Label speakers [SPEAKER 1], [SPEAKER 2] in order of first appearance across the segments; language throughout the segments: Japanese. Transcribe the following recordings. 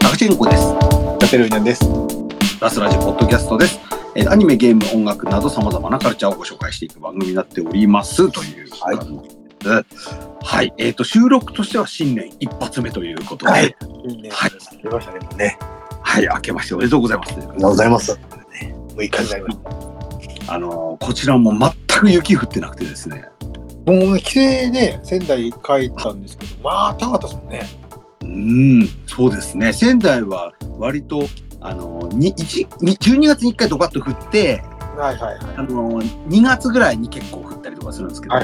[SPEAKER 1] 私、ルコです。
[SPEAKER 2] ラペルーニャンです。よ
[SPEAKER 1] ラスラジポッドキャストです。えーアニメ、ゲーム、音楽など様々なカルチャーをご紹介していく番組になっております。という
[SPEAKER 2] はい
[SPEAKER 1] 感じです。はい。えっ、と、収録としては新年一発目ということで、は
[SPEAKER 2] はいい、
[SPEAKER 1] はい
[SPEAKER 2] りましたね、もうね。
[SPEAKER 1] 明けましておめでとうございます。
[SPEAKER 2] ありがとうございます。6日になりまし
[SPEAKER 1] あのーこちらも全く雪降ってなくてですね。
[SPEAKER 2] た。もう帰省で仙台帰ったんですけど、まあ、高かったですもんね。
[SPEAKER 1] うん、そうですね。仙台は割と、あのー、に一に12月に1回ドカッと降って、
[SPEAKER 2] はいはいはい。
[SPEAKER 1] あのー、2月ぐらいに結構降ったりとかするんですけど、
[SPEAKER 2] は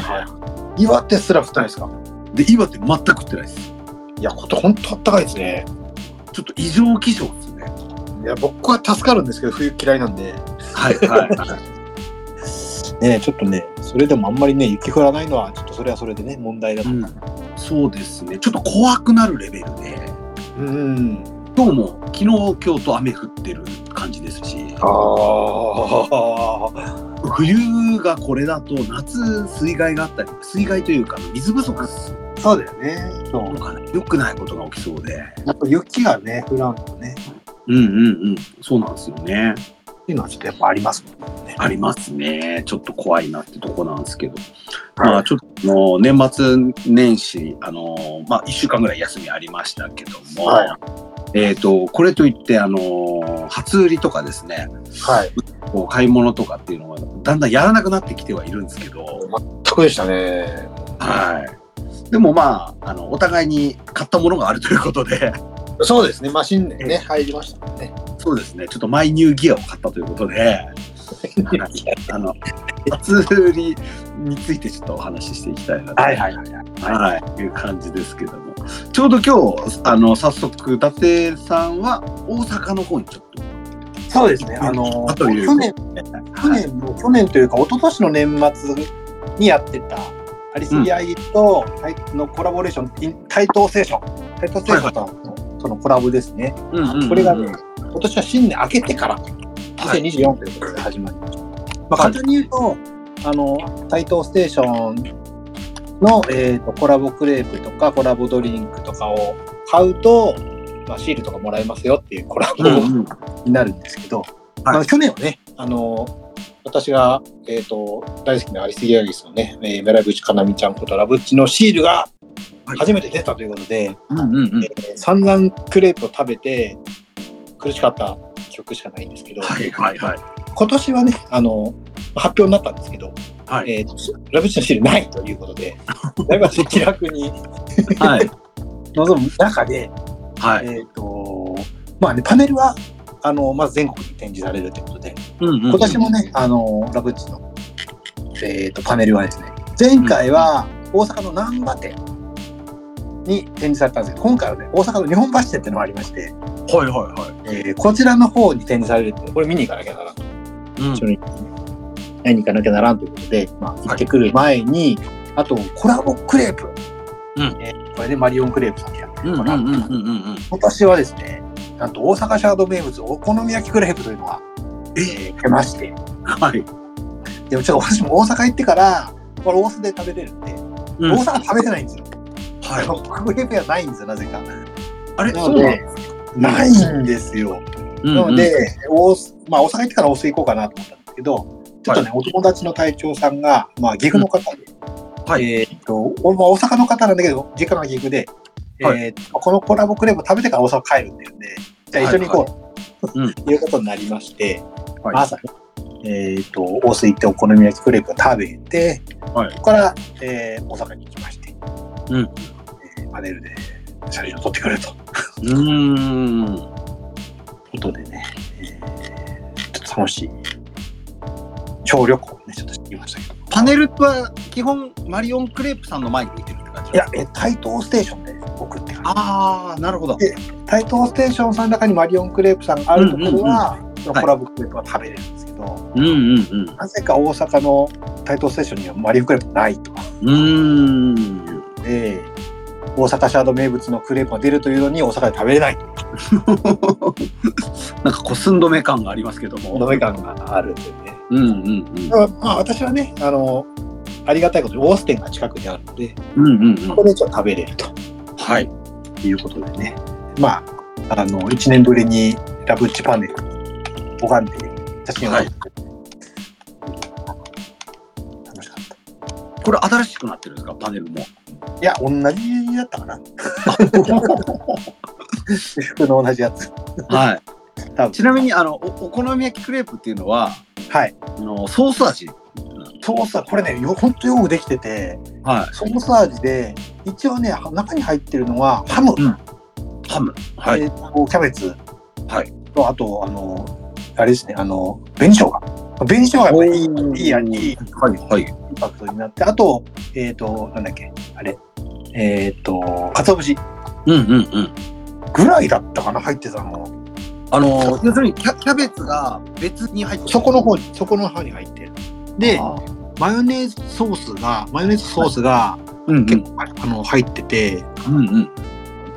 [SPEAKER 2] い。岩手すら降ってないですか
[SPEAKER 1] で、岩手全く降ってないです。
[SPEAKER 2] いや、こと本当あったかいですね。
[SPEAKER 1] ちょっと異常気象ですね。
[SPEAKER 2] いや、僕は助かるんですけど、冬嫌いなんで。
[SPEAKER 1] はいはい。
[SPEAKER 2] ねちょっとね、それでもあんまりね、雪降らないのは、ちょっとそれはそれでね、問題だ
[SPEAKER 1] うんそうですね。ちょっと怖くなるレベルで、
[SPEAKER 2] うん。
[SPEAKER 1] 今日も昨日今日と雨降ってる感じですし、
[SPEAKER 2] ああ。
[SPEAKER 1] 冬がこれだと夏水害があったり、水害というか水不足と
[SPEAKER 2] そうだよね。そう。
[SPEAKER 1] かね良くないことが起きそうで、
[SPEAKER 2] やっぱ雪がね、降らんとね、っ
[SPEAKER 1] うんうんうん、そうなんですよね。
[SPEAKER 2] ていうのはちょっとやっぱありますもんね。
[SPEAKER 1] ありますね。ちょっと怖いなってとこなんですけど、
[SPEAKER 2] はい
[SPEAKER 1] まあちょっとあの年末年始あのまあ一週間ぐらい休みありましたけども、
[SPEAKER 2] はい
[SPEAKER 1] えっ、とこれといってあの初売りとかですね。
[SPEAKER 2] はい。
[SPEAKER 1] こう買い物とかっていうのはだんだんやらなくなってきてはいるんですけど、
[SPEAKER 2] 全くでしたね。
[SPEAKER 1] はい、でもまああのお互いに買ったものがあるということで
[SPEAKER 2] そうですね、マシンでね、入りましたもんね。
[SPEAKER 1] そうですねちょっとマイニューギアを買ったということで、はいあの初売りについてちょっとお話ししていきたいなと、
[SPEAKER 2] いはい。
[SPEAKER 1] はい、いう感じですけどもちょうど今日あの早速伊達さんは大阪の方にちょっと。
[SPEAKER 2] そうですね、あの
[SPEAKER 1] あという
[SPEAKER 2] 去年、去
[SPEAKER 1] はい
[SPEAKER 2] 年の、去年というか、一昨年の年末にやってた、アリスギアイと、タイのコラボレーション、イン対等ステーション、対等ステーションとのそのコラボですね。
[SPEAKER 1] うんうんうんうん
[SPEAKER 2] これがね、今年は新年明けてから、
[SPEAKER 1] い
[SPEAKER 2] 2024ということで始まりました。まあ、簡単に言うと、あの、台東ステーションの、えー、とコラボクレープとかコラボドリンクとかを買うと、まあ、シールとかもらえますよっていうコラボ
[SPEAKER 1] うんうん
[SPEAKER 2] になるんですけど、あの去年はね、あの、私が、えっ、と、大好きなアリス・ギアギスのね、えー、メラブチカナミちゃんことラブッチのシールが初めて出たということで、
[SPEAKER 1] うんうんうん
[SPEAKER 2] えー散々クレープを食べて苦しかった記憶しかないんですけど、
[SPEAKER 1] はいはいはい
[SPEAKER 2] 今年はねあの発表になったんですけど、
[SPEAKER 1] はい
[SPEAKER 2] えーとラブチのシールないというこ とでだいぶ私気楽に
[SPEAKER 1] はい
[SPEAKER 2] 臨む中で、
[SPEAKER 1] はい
[SPEAKER 2] えーとまあね、パネルはあのまず全国に展示されるということで
[SPEAKER 1] 今
[SPEAKER 2] 今年もね、あのラブチの、えー、とパネルはですね前回は大阪の難波店に展示されたんですけど今回はね大阪の日本橋店っていうのもありまして
[SPEAKER 1] はいは
[SPEAKER 2] えーこちらの方に展示されるってこれ見に行かなきゃならんと、
[SPEAKER 1] いはい。
[SPEAKER 2] 一緒に会いに行かなきゃならんということで、まあ、行ってくる前に、あとコラボクレープ、
[SPEAKER 1] うん
[SPEAKER 2] えーこれでマリオンクレープさんがやって
[SPEAKER 1] うんう
[SPEAKER 2] る
[SPEAKER 1] ん
[SPEAKER 2] の
[SPEAKER 1] う
[SPEAKER 2] かな、
[SPEAKER 1] んうんうんうん。
[SPEAKER 2] 今年はですねなんと大阪シャード名物お好み焼きクレープというのが、えー出まして
[SPEAKER 1] はい。
[SPEAKER 2] でもちょっと私も大阪行ってからこれ大須で食べれるんで、
[SPEAKER 1] うん
[SPEAKER 2] 大阪食べてないんですよ、
[SPEAKER 1] はい
[SPEAKER 2] あのクレープ屋ないんですよなぜか
[SPEAKER 1] あれ
[SPEAKER 2] な
[SPEAKER 1] そ
[SPEAKER 2] の
[SPEAKER 1] うなの
[SPEAKER 2] でないんですよ
[SPEAKER 1] うん
[SPEAKER 2] な
[SPEAKER 1] うん
[SPEAKER 2] ので、大須まあ、大阪行ってから大須行こうかなと思ったんですけど、ちょっとね、お友達の隊長さんが、まあ、岐阜の方で、
[SPEAKER 1] はい。
[SPEAKER 2] えーっと、おまあ、大阪の方なんだけど、実家が岐阜で、
[SPEAKER 1] は
[SPEAKER 2] えーっとこのコラボクレープ食べてから大阪帰るんだよね。じゃあ一緒に行こう、
[SPEAKER 1] はいはい
[SPEAKER 2] と いうことになりまして、
[SPEAKER 1] はい
[SPEAKER 2] 朝ね、えーっと、大須行ってお好み焼きクレープを食べて、
[SPEAKER 1] はい
[SPEAKER 2] そこから、えー大阪に行きまして、
[SPEAKER 1] うん
[SPEAKER 2] えーパネルで写真を撮ってくれると。
[SPEAKER 1] うーん。
[SPEAKER 2] ことでね、えーちょっと楽しい小旅行をね、ちょっとしてきましたけど。
[SPEAKER 1] パネルは基本マリオンクレープさんの前に置いてるって感じ。
[SPEAKER 2] いや、え、台東ステーションで送ってくる。
[SPEAKER 1] ああなるほど。
[SPEAKER 2] え台東ステーションさんの中にマリオンクレープさんがあるところは、そのコラボクレープは食べれるんですけど、
[SPEAKER 1] うんうんうん。う
[SPEAKER 2] なぜか大阪の台東ステーションにはマリオンクレープないと。
[SPEAKER 1] ーん。
[SPEAKER 2] で、大阪シャード名物のクレープが出るというのに大阪で食べれないと
[SPEAKER 1] なんかこう寸止め感がありますけど
[SPEAKER 2] いう
[SPEAKER 1] も。
[SPEAKER 2] め感があるんでね。
[SPEAKER 1] うんうんうん
[SPEAKER 2] だ。からまあ私はね、あの、ありがたいことに、オーステンが近くにあるので、
[SPEAKER 1] うんうんう
[SPEAKER 2] こ
[SPEAKER 1] ん。
[SPEAKER 2] こでちょっと食べれると。
[SPEAKER 1] はい。
[SPEAKER 2] ということでね、まあ、あの、1年ぶりにラブッチパネル拝んで写真を、
[SPEAKER 1] はい
[SPEAKER 2] 楽しかっ
[SPEAKER 1] これ新しくなってるんですかパネル も。
[SPEAKER 2] た。いや、同じだった かな。私服の同じやつ。
[SPEAKER 1] はい。
[SPEAKER 2] 多分
[SPEAKER 1] ちなみ、に、あの、おお好み焼きクレープっていうのは、
[SPEAKER 2] はい。
[SPEAKER 1] あのソース味。
[SPEAKER 2] ソースはこれね、よほんとよくできてて、
[SPEAKER 1] は
[SPEAKER 2] ソース味で、一応ね、中に入ってるのはハム、
[SPEAKER 1] い。ハム。はい。
[SPEAKER 2] えーとキャベツ、
[SPEAKER 1] はい
[SPEAKER 2] と、あと、あの、あれですね、あの、紅生姜。紅生姜がいい、いいや、いい
[SPEAKER 1] はい。はい。
[SPEAKER 2] インパクトになって、あと、えっ、と、なんだっけ、あれ、えっ、と、鰹節
[SPEAKER 1] うんうんうん。
[SPEAKER 2] ぐらいだったかな、入ってたの。
[SPEAKER 1] あの、要するにキャキャベツが別に入ってる
[SPEAKER 2] そこの方に、そこの方に入ってる。で、
[SPEAKER 1] あー
[SPEAKER 2] マヨネーズソースが、マヨネーズソースが
[SPEAKER 1] うんうん
[SPEAKER 2] 結構、あの入ってて、
[SPEAKER 1] うんうん。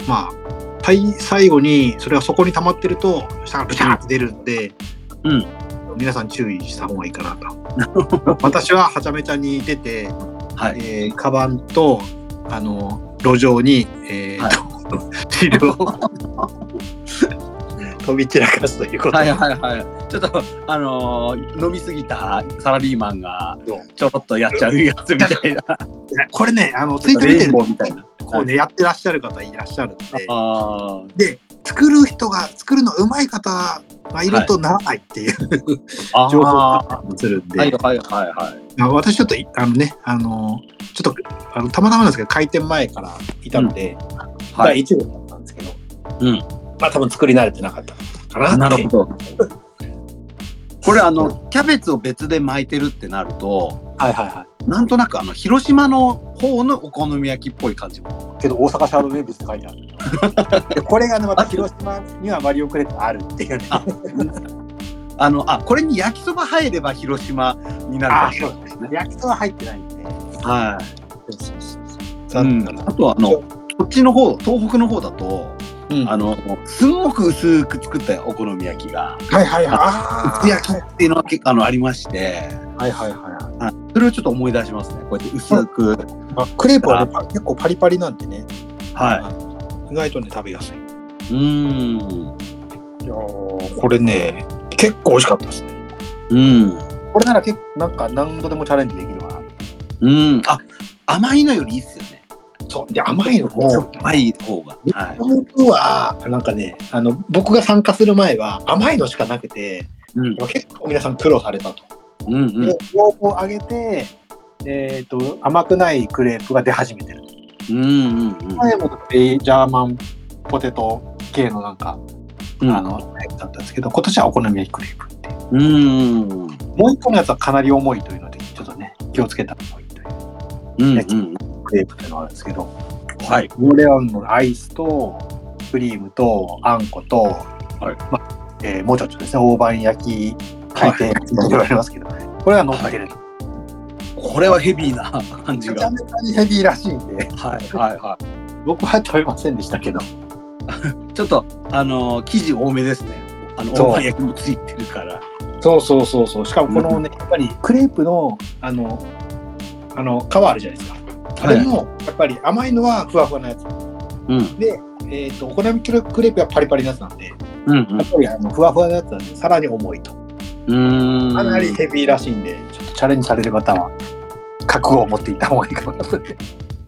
[SPEAKER 2] まあ、最最後に、それがそこに溜まってると、下がブチャーって出るんで、
[SPEAKER 1] うん
[SPEAKER 2] 皆さん注意した方がいいかな と。私ははちゃめちゃに出て、
[SPEAKER 1] はい。
[SPEAKER 2] えー、カバンとあの路上に、えー
[SPEAKER 1] はい
[SPEAKER 2] と資料を 飛び散らかすということ
[SPEAKER 1] はい
[SPEAKER 2] で、
[SPEAKER 1] はいはい。ちょっと、あのー飲みすぎたサラリーマンが
[SPEAKER 2] そう
[SPEAKER 1] ちょろっとやっちゃうやつみたいな。
[SPEAKER 2] これねあのツイート見て
[SPEAKER 1] レイン
[SPEAKER 2] る
[SPEAKER 1] ボーみたいな。
[SPEAKER 2] こうねやってらっしゃる方いらっしゃるんで
[SPEAKER 1] あ
[SPEAKER 2] 作る人が作るのうまい方がいるとならないっていう、
[SPEAKER 1] あ。
[SPEAKER 2] 情報
[SPEAKER 1] は
[SPEAKER 2] がするんで、
[SPEAKER 1] いはいはいはい。
[SPEAKER 2] まあ私ちょっといあのねあのちょっとあのたまたまなんですけど開店前からいたので、
[SPEAKER 1] はい。
[SPEAKER 2] 第1号だったんですけど、
[SPEAKER 1] うん
[SPEAKER 2] まあ多分作り慣れてなかったかなって
[SPEAKER 1] なるほど。これあのキャベツを別で巻いてるってなると
[SPEAKER 2] はいはいはい
[SPEAKER 1] なんとなくあの広島の方のお好み焼きっぽい感じも
[SPEAKER 2] けど大阪シャーロ名物って書いてあ る。でこれがねまた広島にはマリオクレープがあるっていうね。
[SPEAKER 1] ああのあこれに焼きそば入れば広島になるかもしれないですね。
[SPEAKER 2] 焼きそば入ってないんで。
[SPEAKER 1] はい
[SPEAKER 2] そう
[SPEAKER 1] うん、あとはあの
[SPEAKER 2] そう
[SPEAKER 1] こっちの方東北の方だと
[SPEAKER 2] うん
[SPEAKER 1] あのすんごく薄く作ったお好み焼きが
[SPEAKER 2] はいはいはい。
[SPEAKER 1] 薄焼きっていうのは結構あのありまして
[SPEAKER 2] はいはいは
[SPEAKER 1] はいそれをちょっと思い出しますねこうやって薄く。
[SPEAKER 2] い。まあ、クレープはね、パ結構パリパリなんでね。
[SPEAKER 1] は
[SPEAKER 2] 意外とね食べやすい。い
[SPEAKER 1] い、うーん
[SPEAKER 2] やーこれね結構美味しかったですね。
[SPEAKER 1] うん
[SPEAKER 2] これなら結構なんか何度でもチャレンジできるわ。
[SPEAKER 1] うん、あ甘いのよりいいっすよね。
[SPEAKER 2] そうで甘いの
[SPEAKER 1] しょ
[SPEAKER 2] も
[SPEAKER 1] っ。ぱい方が。はい。
[SPEAKER 2] 僕はなんかねあの僕が参加する前は甘いのしかなくて
[SPEAKER 1] うん、
[SPEAKER 2] 結構皆さん苦労されたと。
[SPEAKER 1] うん、うん、
[SPEAKER 2] で要望を上げて、えー、と甘くないクレープが出始めてる。
[SPEAKER 1] うん、うん、
[SPEAKER 2] 前もえージャーマンポテト系のなんか、
[SPEAKER 1] うん、
[SPEAKER 2] あのタイプだったんですけど今年はお好み焼きクレープっていう
[SPEAKER 1] うん、うん、
[SPEAKER 2] もう一個のやつはかなり重いというのでちょっとね気をつけた方がいいとい
[SPEAKER 1] う
[SPEAKER 2] う
[SPEAKER 1] ん、
[SPEAKER 2] 焼き
[SPEAKER 1] うん、
[SPEAKER 2] クレープっていうのがあるんですけど
[SPEAKER 1] はい。
[SPEAKER 2] これはもうアイスとクリームとあんこと、
[SPEAKER 1] い
[SPEAKER 2] まえーもうちょっとですね大判焼き回転いろいろありますけどこれは乗ってる、
[SPEAKER 1] これはヘビーな感じ
[SPEAKER 2] めちゃ
[SPEAKER 1] が。
[SPEAKER 2] めちゃにヘビーらしいんで
[SPEAKER 1] はい、はい、は
[SPEAKER 2] 僕は食べませんでしたけど
[SPEAKER 1] い。ちょっと、あのー、生地多めですね。あの、
[SPEAKER 2] そう
[SPEAKER 1] 大判焼きもついてるから。
[SPEAKER 2] そうそうそうそう。しかもこ
[SPEAKER 1] う
[SPEAKER 2] のね、やっぱりクレープのあのあの皮あるじゃないですか。あれもやっぱり甘いのはふわふわなやつ。
[SPEAKER 1] うん、
[SPEAKER 2] えっ、とお好みクレープはパリパリなやつなんで、や
[SPEAKER 1] うん
[SPEAKER 2] っ、ぱりあのふわふわなやつなんでさらに重いと。
[SPEAKER 1] うん。うーん
[SPEAKER 2] かなりヘビーらしいんで、ちょっとチャレンジされる方は覚悟を持っていった方がいいかなと。食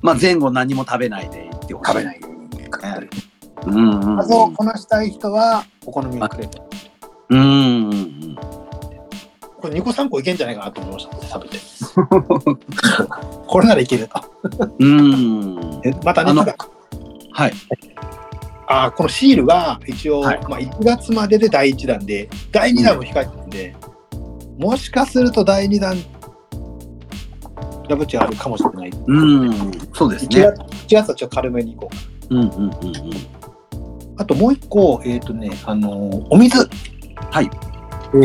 [SPEAKER 1] まあ、前後何も食べないでいってほしい。。
[SPEAKER 2] べないいようにかかってる。
[SPEAKER 1] うん、うん、
[SPEAKER 2] 数をこなしたい人はお好みクレープ。
[SPEAKER 1] うん、うん。
[SPEAKER 2] これ2個3個いけんじゃないかなと思いました。食べて。これならいけると。
[SPEAKER 1] うん。
[SPEAKER 2] えまたね、
[SPEAKER 1] あの
[SPEAKER 2] ただ
[SPEAKER 1] はい。
[SPEAKER 2] あーこのシールが一応、
[SPEAKER 1] はい
[SPEAKER 2] まあ、1月までで第1弾で第2弾も控えてるんで、もしかすると第2弾ラブチあるかもしれない、
[SPEAKER 1] うん、そうです
[SPEAKER 2] 1,
[SPEAKER 1] ね。
[SPEAKER 2] 月1月はちょっと軽めにいこう
[SPEAKER 1] うん、うん、うん、うん。
[SPEAKER 2] あともう一個えっ、とねあのーお水
[SPEAKER 1] はい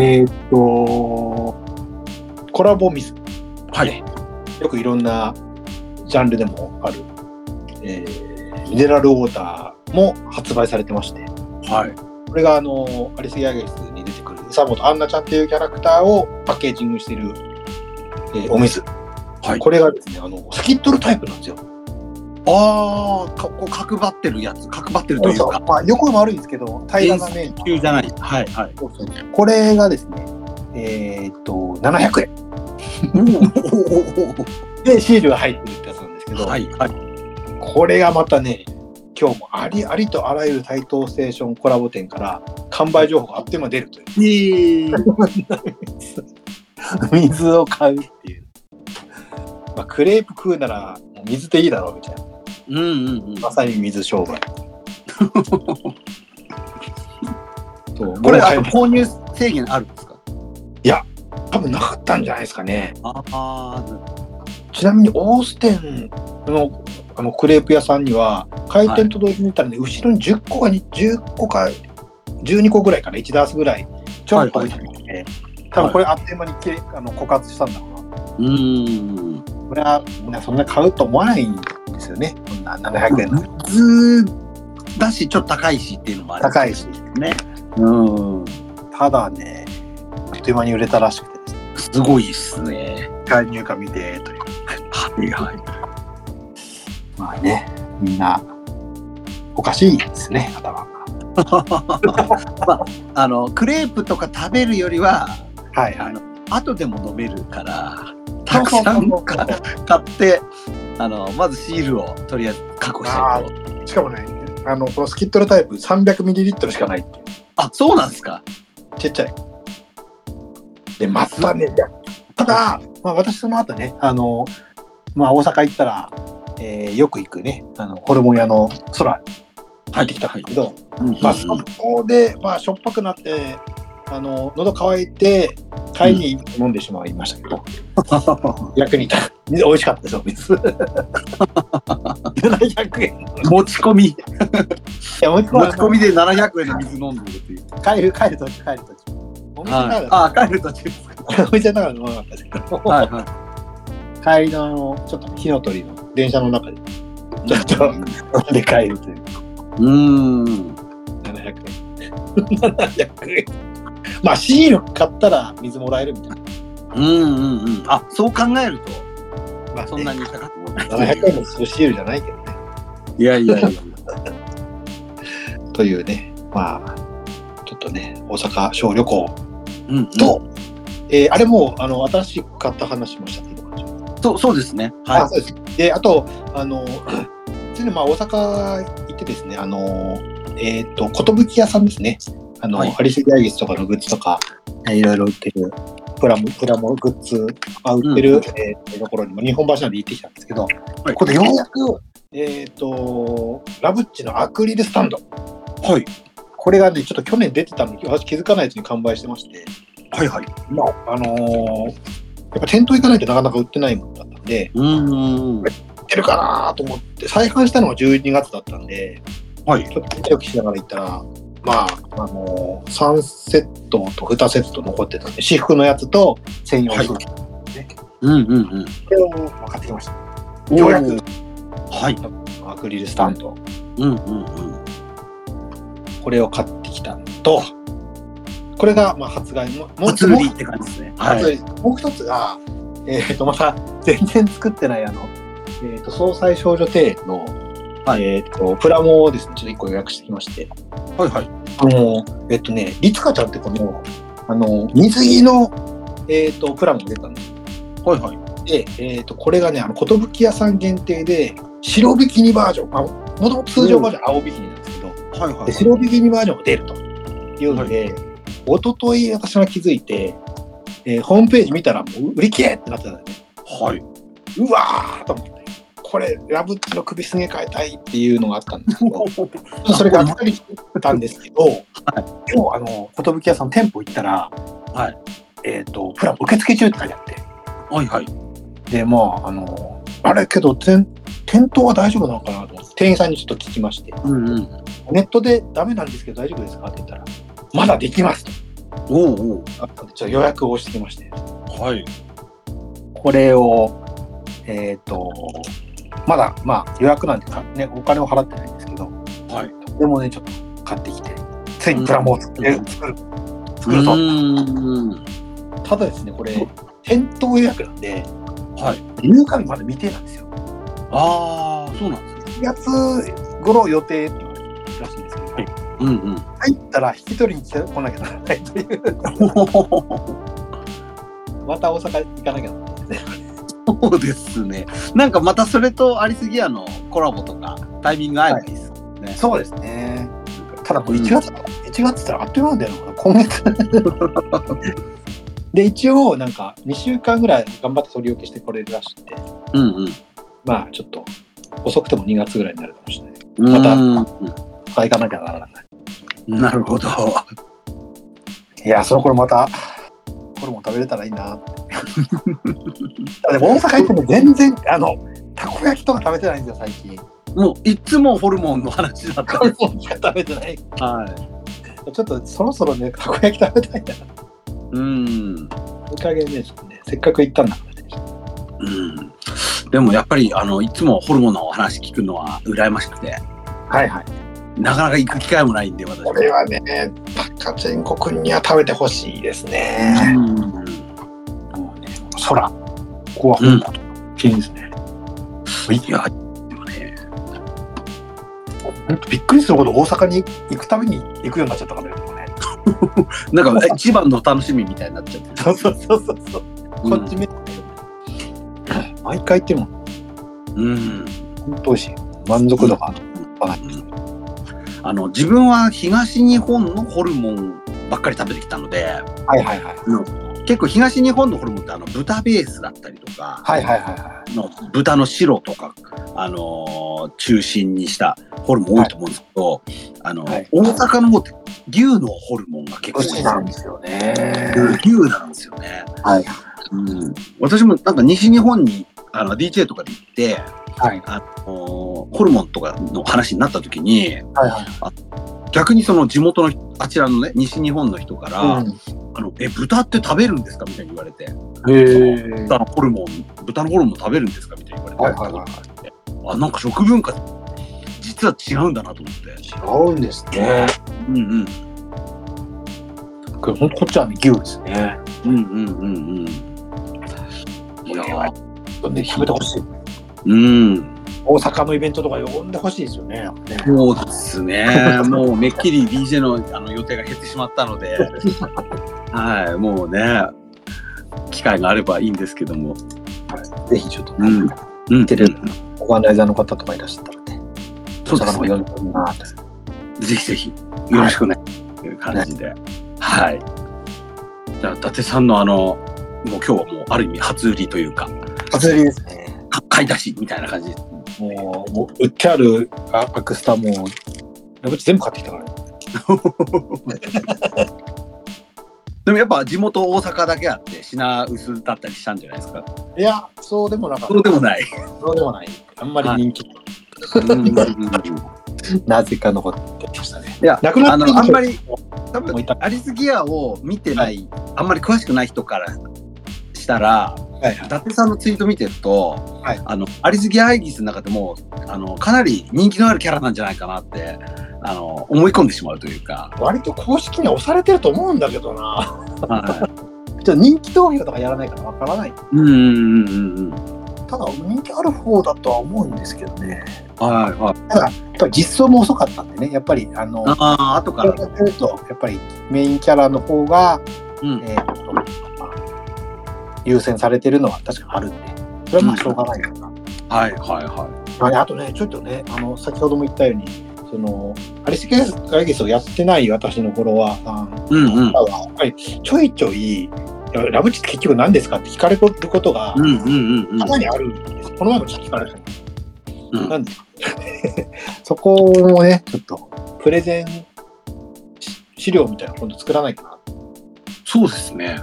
[SPEAKER 2] えっ、とコラボ水
[SPEAKER 1] はい。
[SPEAKER 2] よくいろんなジャンルでもある、えーミネラルウォーターも発売されてまして
[SPEAKER 1] はい。
[SPEAKER 2] これがあのアリス・ヤゲスに出てくるサモとアンナちゃんっていうキャラクターをパッケージングしている、えーお水、
[SPEAKER 1] はい
[SPEAKER 2] これがですねあのスキットルタイプなんですよ
[SPEAKER 1] ああ、かこう角張ってるやつ、角張ってるという
[SPEAKER 2] そうそ
[SPEAKER 1] か、
[SPEAKER 2] うまあ、横も悪いんですけど、平らな面。
[SPEAKER 1] 急じゃない。はいはい。
[SPEAKER 2] そうそうこれがですね、えーっと、700円。で、シールが入ってるってやつなんですけど、
[SPEAKER 1] はいはい。
[SPEAKER 2] これがまたね、今日もありありとあらゆる台東ステーションコラボ店から完売情報があっという間に出るという。
[SPEAKER 1] えー、
[SPEAKER 2] 水を買うっていう。まあ、クレープ食うならもう水でいいだろうみたいな。
[SPEAKER 1] うんうんうん。
[SPEAKER 2] まさに水商 売。そう
[SPEAKER 1] これ、
[SPEAKER 2] もう
[SPEAKER 1] あの購入制限あるんですか
[SPEAKER 2] 多分なかったんじゃないですかね。
[SPEAKER 1] ああ、
[SPEAKER 2] ちなみにオーステンのあのクレープ屋さんには開店と同時に見たらね、後ろに10個かに10個か12個ぐらいかな1ダースぐらいちょっと置いてあって、多分これあっという間に切れあの枯渇したんだろうな
[SPEAKER 1] うーん。
[SPEAKER 2] これはみんなそんな買うと思わないんですよねこんな700円の
[SPEAKER 1] ずだし、ちょっと高いしっていうのもある。
[SPEAKER 2] 高いし
[SPEAKER 1] ね。うん。
[SPEAKER 2] ただねあっという間に売れたらしくてですね
[SPEAKER 1] すごいっすね。
[SPEAKER 2] 介入荷見てという
[SPEAKER 1] はいはい。
[SPEAKER 2] まあねみんなおかしいですね頭が
[SPEAKER 1] あの、クレープとか食べるよりは、
[SPEAKER 2] はい
[SPEAKER 1] あ
[SPEAKER 2] はい
[SPEAKER 1] の、後でも飲めるから、たくさんか買って、あの、まずシールをとりあえず確保したいと。
[SPEAKER 2] しかもね、あのこのスキットルタイプ 300ml しかないっていう、
[SPEAKER 1] あ、そうなんですか。
[SPEAKER 2] ちっちゃい。で、またね、いやただ、まあ、私その後ね、あの、まあ、大阪行ったら、えーよく行くね、あのホルモン屋の空
[SPEAKER 1] 入
[SPEAKER 2] ってきたん
[SPEAKER 1] はい
[SPEAKER 2] だ。けど、
[SPEAKER 1] うん
[SPEAKER 2] まあ、そこで、まあ、しょっぱくなって、あの喉乾いて、買いに飲んでしまいましたけど、役に立た、美味しかったですよ、 水。700円。い
[SPEAKER 1] 持ち込み、
[SPEAKER 2] や、もう一個
[SPEAKER 1] 持ち込みで700円の水飲んでるっていう。
[SPEAKER 2] 帰る、帰る途中、帰る途中。お店ながら、
[SPEAKER 1] あ、帰る途中ですか。
[SPEAKER 2] お店ながら飲まなかったですけど、
[SPEAKER 1] はいはい。
[SPEAKER 2] 帰りのあの、ちょっと火の鳥の電車の中で、ちょっと飲んで帰るという。
[SPEAKER 1] うーん。
[SPEAKER 2] 700円。700円。まあ、シール買ったら水もらえるみたい
[SPEAKER 1] うんうんうん。あ、そう考えると、
[SPEAKER 2] な。まあ、
[SPEAKER 1] そんなに高くもない。
[SPEAKER 2] 700円のシールじゃないけどね。
[SPEAKER 1] いやいやいや。
[SPEAKER 2] というね、まあ、ちょっとね、大阪小旅行
[SPEAKER 1] うん、うん。
[SPEAKER 2] と、えーあれもう、あの、新しく買った話もしたけど、
[SPEAKER 1] そう、そうですね。
[SPEAKER 2] あ
[SPEAKER 1] は
[SPEAKER 2] そうですであとあのついにまあ大阪行ってですねあのえっ、と寿屋さんですねあの、
[SPEAKER 1] はい
[SPEAKER 2] ハリセンダイゲスとかのグッズとかえーいろいろ売ってるプラモプラモグッズが売ってる、
[SPEAKER 1] うん
[SPEAKER 2] えーところにも日本橋なんで行ってきたんですけど、
[SPEAKER 1] い。
[SPEAKER 2] ここでようやくえっ、とラブッチのアクリルスタンド
[SPEAKER 1] はい。
[SPEAKER 2] これがねちょっと去年出てたのに私気づかないうちに完売してまして
[SPEAKER 1] はいはい。
[SPEAKER 2] まああのーやっぱ店頭行かないとなかなか売ってないものだったんで、
[SPEAKER 1] うーん。
[SPEAKER 2] やってるかなと思って再販したのが12月だったんで
[SPEAKER 1] はい。
[SPEAKER 2] ちょっとドキドキしながら行ったらまああのー、3セットと2セット残ってたんで私服のやつと専用服、
[SPEAKER 1] はうんうんうん。
[SPEAKER 2] これを買ってきました
[SPEAKER 1] お
[SPEAKER 2] ようやく
[SPEAKER 1] ーはい。
[SPEAKER 2] アクリルスタンド
[SPEAKER 1] うんうんうん。
[SPEAKER 2] これを買ってきたのとこれがまあ発売ももう
[SPEAKER 1] 初売りって感じですね。
[SPEAKER 2] あと
[SPEAKER 1] はい。
[SPEAKER 2] もう一つが、えー、とまた全然作ってないあの、えー、と総裁少女庭園の、
[SPEAKER 1] はい
[SPEAKER 2] えー、とプラモをですねちょっと一個予約してきまして
[SPEAKER 1] はいはい。
[SPEAKER 2] あの、えっとね、リツカちゃんってこの、あの、水着の、えっと、プラモ出たんで
[SPEAKER 1] はいはい。
[SPEAKER 2] で、えっと、これがね、あの、寿屋さん限定で、白ビキニバージョン、まあ、もともと通常バージョンは青ビキニなんですけど、
[SPEAKER 1] はいは
[SPEAKER 2] で
[SPEAKER 1] い。
[SPEAKER 2] 白ビキニバージョンも出るというので、一昨日私が気づいて、えーホームページ見たらもう売り切れってなってたんだよね。
[SPEAKER 1] はい。
[SPEAKER 2] うわーと思って。これ、ラブッチの首すげ替えたいっていうのがあったんで すけど、それがあっかりしたんですけど、今日、あの、寿屋さん店舗行ったら、
[SPEAKER 1] は
[SPEAKER 2] えっ、と、プラン受付中って書いてあっ
[SPEAKER 1] はいはい。
[SPEAKER 2] て、で、まあ、あの、あれけど、店店頭は大丈夫なのかなと思って、店員さんにちょっと聞きまして、
[SPEAKER 1] うんうん。
[SPEAKER 2] ネットでダメなんですけど大丈夫ですかって言ったら、まだできますと。
[SPEAKER 1] おうおう。
[SPEAKER 2] あったんでちょっと予約をしてきまして、
[SPEAKER 1] はい。
[SPEAKER 2] これを、えっ、と、まだ、まあ、予約なんでか、ね、お金を払ってないんですけど、
[SPEAKER 1] はい。
[SPEAKER 2] でもね、ちょっと買ってきて、ついにプラモを作れる、
[SPEAKER 1] うん
[SPEAKER 2] 作る、
[SPEAKER 1] う
[SPEAKER 2] 作るぞ。
[SPEAKER 1] ーん。
[SPEAKER 2] ただですね、これ、店頭予約なんで、
[SPEAKER 1] はい。
[SPEAKER 2] 入荷日まだ未定なんですよ。
[SPEAKER 1] ああ、そうなんですね。
[SPEAKER 2] 月頃予定らしいんですけど、
[SPEAKER 1] いうんうん。
[SPEAKER 2] 入ったら引き取りに来来なきゃならないという、 また大阪行かなきゃならないですね。
[SPEAKER 1] そうですね。なんかまたそれとアリスギアのコラボとかタイミング合えばいいですね。
[SPEAKER 2] そうですね。ただもう1月、1月ってあっという間なんだよな、今月。で、一応、なんか、2週間ぐらい頑張って取り置きしてこれるらしくて、
[SPEAKER 1] うんうん。
[SPEAKER 2] まあ、ちょっと、遅くても2月ぐらいになるかもしれな
[SPEAKER 1] ま
[SPEAKER 2] い。た
[SPEAKER 1] た。
[SPEAKER 2] まあ行かなきゃならない。
[SPEAKER 1] なるほど。
[SPEAKER 2] いや、その頃また、ホルモン食べれたらいいな って。でも大阪行っても全然、あの、たこ焼きとか食べてないんですよ、最近。
[SPEAKER 1] もういつもホルモンの話だ った
[SPEAKER 2] ホ。ルモンしか食べてない。ち
[SPEAKER 1] はい。
[SPEAKER 2] ょっとそろそろね、たこ焼き食べたいな。
[SPEAKER 1] うん。
[SPEAKER 2] おかげでね、ちょっとね、せっかく行ったんだからね。
[SPEAKER 1] うん。でもやっぱりあのいつもホルモンのお話聞くのは羨ましくて、
[SPEAKER 2] はいはい。
[SPEAKER 1] なかなか行く機会もないんで私。
[SPEAKER 2] これはね、タカチェンコ君には食べてほしいですね。
[SPEAKER 1] うんうん。
[SPEAKER 2] もうね、空。ここは本当に綺麗ですね。
[SPEAKER 1] いや。でもね
[SPEAKER 2] ほんとびっくりするほど大阪に行くために行くようになっちゃったからね。でもね
[SPEAKER 1] なんかえ一番のお楽しみみたいになっちゃってる。
[SPEAKER 2] そうそうそうそうそう。こっち目、毎回行ってるもん。
[SPEAKER 1] うん。
[SPEAKER 2] 本当美味しい。満足度が。
[SPEAKER 1] あの自分は東日本のホルモンばっかり食べてきたので
[SPEAKER 2] はいはいはい。
[SPEAKER 1] 結構東日本のホルモンってあの豚ベースだったりとか、
[SPEAKER 2] はいはいはいは
[SPEAKER 1] の豚の白とか、あのー中心にしたホルモン多いと思うんですけど、あの
[SPEAKER 2] はい
[SPEAKER 1] 大阪の方って牛のホルモンが結
[SPEAKER 2] い。
[SPEAKER 1] 構多いんです
[SPEAKER 2] な
[SPEAKER 1] よ
[SPEAKER 2] んですよね。
[SPEAKER 1] 牛なんですよね、
[SPEAKER 2] はい
[SPEAKER 1] うん、私もなんか西日本にあの DJ とかで行って
[SPEAKER 2] はい
[SPEAKER 1] あのーホルモンとかの話になった時に
[SPEAKER 2] はいはい。
[SPEAKER 1] 逆にその地元の人あちらのね西日本の人から、
[SPEAKER 2] うん
[SPEAKER 1] あの、え、豚って食べるんですかみたいに言われて、
[SPEAKER 2] へえ。
[SPEAKER 1] 豚のホルモン、豚のホルモン食べるんですかみたいに言われて、
[SPEAKER 2] はいはいはい
[SPEAKER 1] あ、なんか食文化、実は違うんだなと思って。
[SPEAKER 2] 合うんですね。
[SPEAKER 1] うんうん。
[SPEAKER 2] これ本当こっちはね牛ですね。
[SPEAKER 1] うんうんうんうん。いやー
[SPEAKER 2] ね、食べてほしい。
[SPEAKER 1] うん。
[SPEAKER 2] 大阪のイベントとか呼んでほしいですよね。やっぱね
[SPEAKER 1] そうです ね。もうめっきり DJ のあの予定が減ってしまったので、 はい、もうね、機会があればいいんですけども。
[SPEAKER 2] ぜひちょっと、
[SPEAKER 1] う
[SPEAKER 2] ね
[SPEAKER 1] んうん。
[SPEAKER 2] テレビご案内座の方とかいらっしゃったらね、
[SPEAKER 1] そうです
[SPEAKER 2] 大
[SPEAKER 1] ね
[SPEAKER 2] 阪。の方呼んでみなと。
[SPEAKER 1] ぜひぜひ、よろしくね、という感じで。はい。じゃあ、伊達さんのあの、もう今日はもう、ある意味、初売りというか、
[SPEAKER 2] 初売りですね。
[SPEAKER 1] か買い出しみたいな感じ。
[SPEAKER 2] もう、もう売ってあるアアクスタも、ラブチ全部買ってきたからね。
[SPEAKER 1] でもやっぱ地元大阪だけあって、品薄だったりしたんじゃないですか。
[SPEAKER 2] いや、そうでもなかった。
[SPEAKER 1] そうでもない。
[SPEAKER 2] そうでもない。あんまり人気、なぜか残ってましたね。
[SPEAKER 1] いや
[SPEAKER 2] なくな
[SPEAKER 1] あ
[SPEAKER 2] っ
[SPEAKER 1] の
[SPEAKER 2] てる
[SPEAKER 1] あんまり、多
[SPEAKER 2] もう
[SPEAKER 1] 分
[SPEAKER 2] いた
[SPEAKER 1] アリスギアを見てない、あんまり詳しくない人からしたら、
[SPEAKER 2] はい
[SPEAKER 1] 伊達さんのツイート見てると、
[SPEAKER 2] はい
[SPEAKER 1] あのアリスギアアイギスの中でもあのかなり人気のあるキャラなんじゃないかなってあの思い込んでしまうというか、
[SPEAKER 2] 割と公式には押されてると思うんだけどな。
[SPEAKER 1] は
[SPEAKER 2] ちょっと人気投票とかやらないからわからない。
[SPEAKER 1] い、うんうんうんうん
[SPEAKER 2] ただ、人気ある方だとは思うんですけどね。
[SPEAKER 1] はいはい
[SPEAKER 2] やっぱり実装も遅かったんでね、やっぱり、あの、
[SPEAKER 1] ああ後か
[SPEAKER 2] これ
[SPEAKER 1] ら、
[SPEAKER 2] だけ見ると、やっぱりメインキャラの方が、
[SPEAKER 1] うん
[SPEAKER 2] えーとまあ優先されてるのは確かあるんで、それはまあしょうがないかな。
[SPEAKER 1] はいはいは
[SPEAKER 2] まああとね、ちょっとね、あの、先ほども言ったように、その、アリス・ケイギスをやってない私のフォロワーさん
[SPEAKER 1] いうんうん
[SPEAKER 2] は、やっぱりちょいちょい、いやラブチって結局何ですかって聞かれることが、
[SPEAKER 1] うんうんうんうん
[SPEAKER 2] かなりあるんです。この前もちょっと聞かれた
[SPEAKER 1] うん
[SPEAKER 2] なんで そこをね、ちょっと、プレゼンし資料みたいなの今度作らないかな。
[SPEAKER 1] そうですね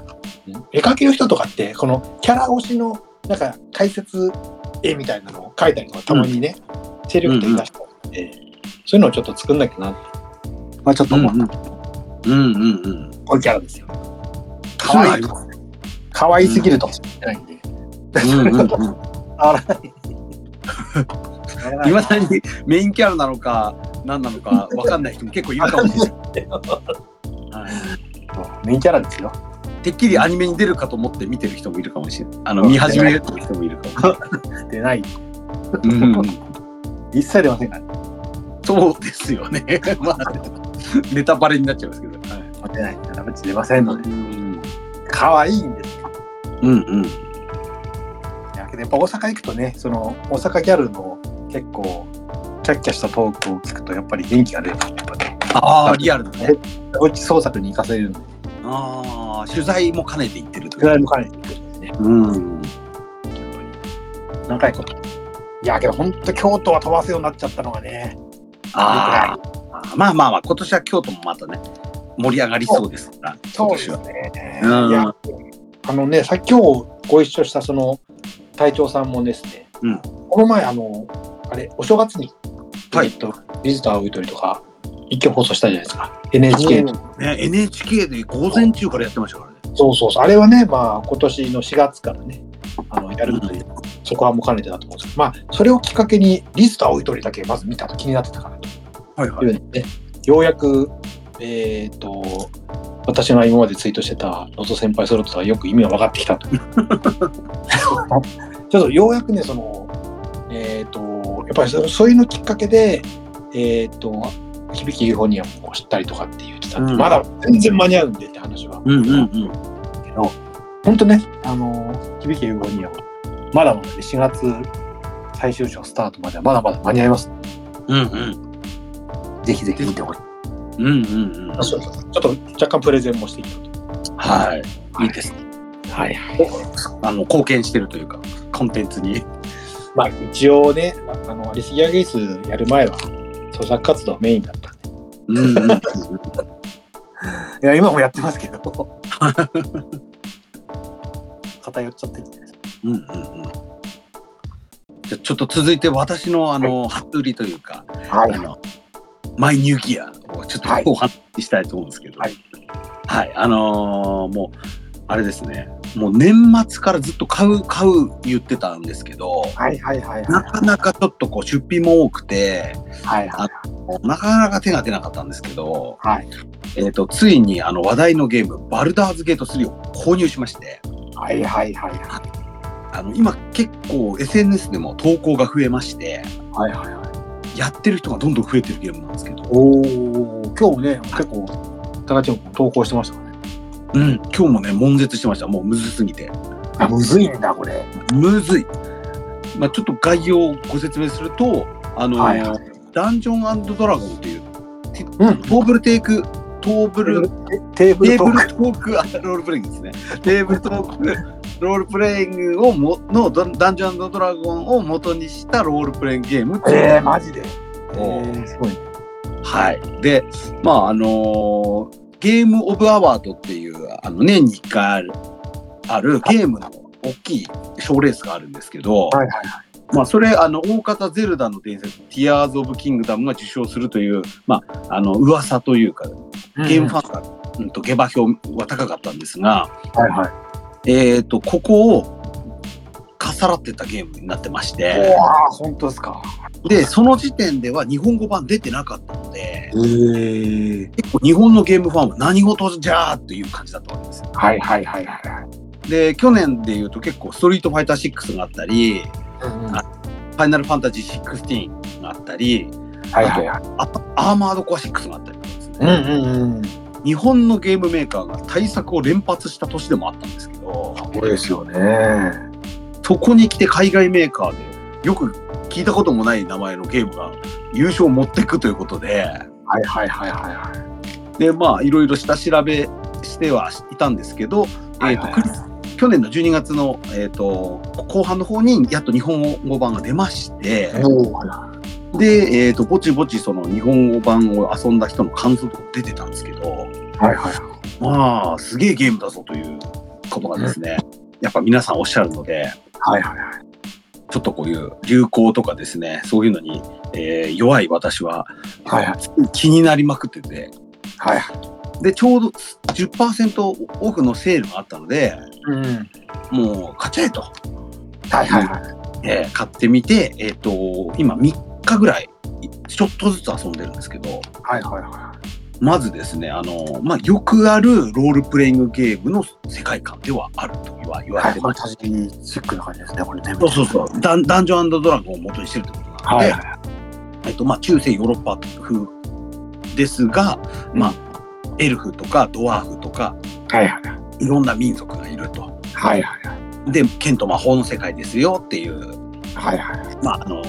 [SPEAKER 2] 絵描きの人とかって、このキャラ推しの、なんか解説絵みたいなのを描いたりとか、たまにね、精力的な人なんで、そういうのをちょっと作んなきゃなって。まあちょっと、
[SPEAKER 1] うん
[SPEAKER 2] ま
[SPEAKER 1] う
[SPEAKER 2] あ
[SPEAKER 1] んうんうんうん
[SPEAKER 2] こういうキャラですよ。可愛い
[SPEAKER 1] そう
[SPEAKER 2] 可愛すぎるとも言ってないんで。
[SPEAKER 1] うんうんうん
[SPEAKER 2] あらない。
[SPEAKER 1] いまだにメインキャラなのか何なのか分かんない人も結構いるかもしれない。 は
[SPEAKER 2] メインキャラですよ。
[SPEAKER 1] い、てっきりアニメに出るかと思って見てる人もいるかもしれない。あの見始める人もいるかもし
[SPEAKER 2] 出ない。
[SPEAKER 1] れない。うん
[SPEAKER 2] 一切出ませんからね。
[SPEAKER 1] そうですよね。 まあ、ネタバレになっちゃいますけど。はい。
[SPEAKER 2] 出ないとダメ出ませんので。
[SPEAKER 1] うん。
[SPEAKER 2] 可愛いんですよ。
[SPEAKER 1] うんうん。
[SPEAKER 2] だけどやっぱ大阪行くとね、その大阪ギャルの結構キャッキャしたトークを聞くとやっぱり元気が出る。やっぱね
[SPEAKER 1] ああ、リアルだね。
[SPEAKER 2] おうち創作に行かせるので、
[SPEAKER 1] ああ、取材も兼ねていってると
[SPEAKER 2] ぐらいもかなり行くんですね。
[SPEAKER 1] うん。
[SPEAKER 2] 何回か。いやけど本当京都は飛ばすようになっちゃったのがね。
[SPEAKER 1] ああ、まあまあまあ、今年は京都もまたね、盛り上がりそうですから、今年は。
[SPEAKER 2] ね。
[SPEAKER 1] うん
[SPEAKER 2] いやあのね、さっき今日ご一緒したその隊長さんもですね、
[SPEAKER 1] うん
[SPEAKER 2] この前あの、あれ、お正月に、
[SPEAKER 1] はい
[SPEAKER 2] えっと、ビジターを置いとりとか、一挙放送したじゃないですか。NHK の。
[SPEAKER 1] ね、NHK で午前中からやってましたからね。
[SPEAKER 2] そうそうそう。あれはね、まあ、今年の4月からね、あの、やるという、そこはもう兼ねてだと思うんですけど、まあ、それをきっかけに、リスター置いとりだけ、まず見たと気になってたからと
[SPEAKER 1] はい
[SPEAKER 2] い
[SPEAKER 1] は
[SPEAKER 2] う
[SPEAKER 1] い。
[SPEAKER 2] ので、ね、ようやく、えっ、と、私が今までツイートしてた、のぞ先輩ソロットとはよく意味が分かってき たと。ちょっとようやくね、その、えっ、と、やっぱりそそういうのきっかけで、えっ、と、響きユーフォニアムを知ったりとかって言ってたんで、
[SPEAKER 1] うん
[SPEAKER 2] まだ全然間に合うんでって話は。
[SPEAKER 1] うんうんうん。
[SPEAKER 2] けど、本当ね、あの響きユーフォニアム、まだまだね、4月最終章スタートまではまだまだ間に合います。
[SPEAKER 1] うんうん。
[SPEAKER 2] ぜひぜひ見てほしい。
[SPEAKER 1] うんうんうん。
[SPEAKER 2] ちょっと若干プレゼンもしていき
[SPEAKER 1] はい。いいですね。
[SPEAKER 2] はい。
[SPEAKER 1] あの、貢献してるというか、コンテンツに。
[SPEAKER 2] まあ一応ね、あの、アリスギアゲイスやる前は創作活動メインだったんで。
[SPEAKER 1] うんうん。
[SPEAKER 2] いや、今もやってますけど。 偏っちゃってる。
[SPEAKER 1] うんうんうん。じゃあちょっと続いて私のあの、初売りというか、
[SPEAKER 2] は
[SPEAKER 1] あの、マイニューギアをちょっと
[SPEAKER 2] はい
[SPEAKER 1] お話ししたいと思うんですけど、
[SPEAKER 2] は
[SPEAKER 1] はいい、あのーもう、あれですね、もう年末からずっと買う、買う言ってたんですけど、
[SPEAKER 2] はいはいはい
[SPEAKER 1] なかなかちょっとこう出費も多くて、
[SPEAKER 2] はい
[SPEAKER 1] はいなかなか手が出なかったんですけど、
[SPEAKER 2] はい
[SPEAKER 1] えっ、と、ついにあの話題のゲーム、バルダーズゲート3を購入しまして、
[SPEAKER 2] はいはいはいはい
[SPEAKER 1] あの、今結構 SNS でも投稿が増えまして、
[SPEAKER 2] はいはい。
[SPEAKER 1] やってる人がどんどん増えてるゲームなんですけど、
[SPEAKER 2] おお今日もね、結構、高千穂君投稿してましたからね。
[SPEAKER 1] うん、今日もね、悶絶してました。もうむずすぎて。
[SPEAKER 2] あ、むずいんだ、これ。
[SPEAKER 1] むずい。まあ、ちょっと概要をご説明すると、あの、
[SPEAKER 2] はいは
[SPEAKER 1] ダンジョンドラゴンという、テ
[SPEAKER 2] うん
[SPEAKER 1] トーブルテイク、トーブル、
[SPEAKER 2] テーブ
[SPEAKER 1] テ
[SPEAKER 2] ル
[SPEAKER 1] ー
[SPEAKER 2] ト
[SPEAKER 1] ブ
[SPEAKER 2] ーク。
[SPEAKER 1] ルトークあロールプレイングですね。テーブルトーク、ロールプレイングをものダンダンジョンドラゴンを元にしたロールプレイングゲームっていう
[SPEAKER 2] えー、マジで。え
[SPEAKER 1] おー
[SPEAKER 2] ー、すごい。
[SPEAKER 1] はい。で、まあ、あのーゲームオブアワードっていう、あの、年に1回ある、あるゲームの大きい賞レースがあるんですけど、
[SPEAKER 2] はいはいはい。
[SPEAKER 1] まあ、それ、あの、大方ゼルダの伝説、ティアーズ・オブ・キングダムが受賞するという、まあ、あの、噂というか、ゲームファンが、うんと、下馬評は高かったんですが、
[SPEAKER 2] はいはい。
[SPEAKER 1] えっ、と、ここを、かさらってたゲームになってまして、
[SPEAKER 2] わあ、本当ですか。
[SPEAKER 1] で、その時点では日本語版出てなかったので、
[SPEAKER 2] ええ。
[SPEAKER 1] 結構日本のゲームファンは何事じゃーっていう感じだったわけですよ。
[SPEAKER 2] はいはいはいはい。
[SPEAKER 1] で、去年で言うと結構ストリートファイター6があったり、
[SPEAKER 2] うんうん
[SPEAKER 1] あファイナルファンタジー16があったり、
[SPEAKER 2] はいはいはい。
[SPEAKER 1] あアーマードコア6があったりとかです
[SPEAKER 2] う
[SPEAKER 1] ね、
[SPEAKER 2] んうんうん。
[SPEAKER 1] 日本のゲームメーカーが対策を連発した年でもあったんですけど、
[SPEAKER 2] そうですよね。
[SPEAKER 1] そこに来て海外メーカーでよく聞いたこともない名前のゲームが優勝を持っていくということで、
[SPEAKER 2] はいはいはいはいはい。
[SPEAKER 1] で、まあ、いろいろ下調べしてはいたんですけど、えーと
[SPEAKER 2] はいはいは
[SPEAKER 1] ク
[SPEAKER 2] い
[SPEAKER 1] リス去年の12月の、えー、と後半の方にやっと日本語版が出まして、
[SPEAKER 2] おお。は
[SPEAKER 1] で、えー、とぼちぼちその日本語版を遊んだ人の感想とかも出てたんですけど
[SPEAKER 2] いはいは
[SPEAKER 1] まあすげえゲームだぞということがですね、やっぱ皆さんおっしゃるので
[SPEAKER 2] い。はいはいはい。
[SPEAKER 1] ちょっとこういう流行とかですねそういうのに、えー弱い私は
[SPEAKER 2] はいはい。
[SPEAKER 1] 気になりまくってて
[SPEAKER 2] はい
[SPEAKER 1] でちょうど10%オフのセールがあったので
[SPEAKER 2] うん。はい
[SPEAKER 1] もう買っちゃえと、
[SPEAKER 2] はいはい。
[SPEAKER 1] えー買ってみて、えー、と今3日ぐらいちょっとずつ遊んでるんですけど
[SPEAKER 2] はいはいは
[SPEAKER 1] まずですねあの、まあ、よくあるロールプレイングゲームの世界観ではあるとは言
[SPEAKER 2] い。
[SPEAKER 1] わ
[SPEAKER 2] は
[SPEAKER 1] れ
[SPEAKER 2] い。
[SPEAKER 1] て
[SPEAKER 2] こ
[SPEAKER 1] ま
[SPEAKER 2] れ
[SPEAKER 1] す、
[SPEAKER 2] 多治見チックな感じですね。これね。
[SPEAKER 1] そうそうそうダンダンジョンドラゴンを元にしてるってことなんで、
[SPEAKER 2] はいはい。
[SPEAKER 1] えっと、まあ、中世ヨーロッパ風ですが、まあ、エルフとかドワーフとか、
[SPEAKER 2] はいはい
[SPEAKER 1] いろんな民族がいると。
[SPEAKER 2] はいはい
[SPEAKER 1] で、剣と魔法の世界ですよっていう、
[SPEAKER 2] はいはい
[SPEAKER 1] まあ、あの、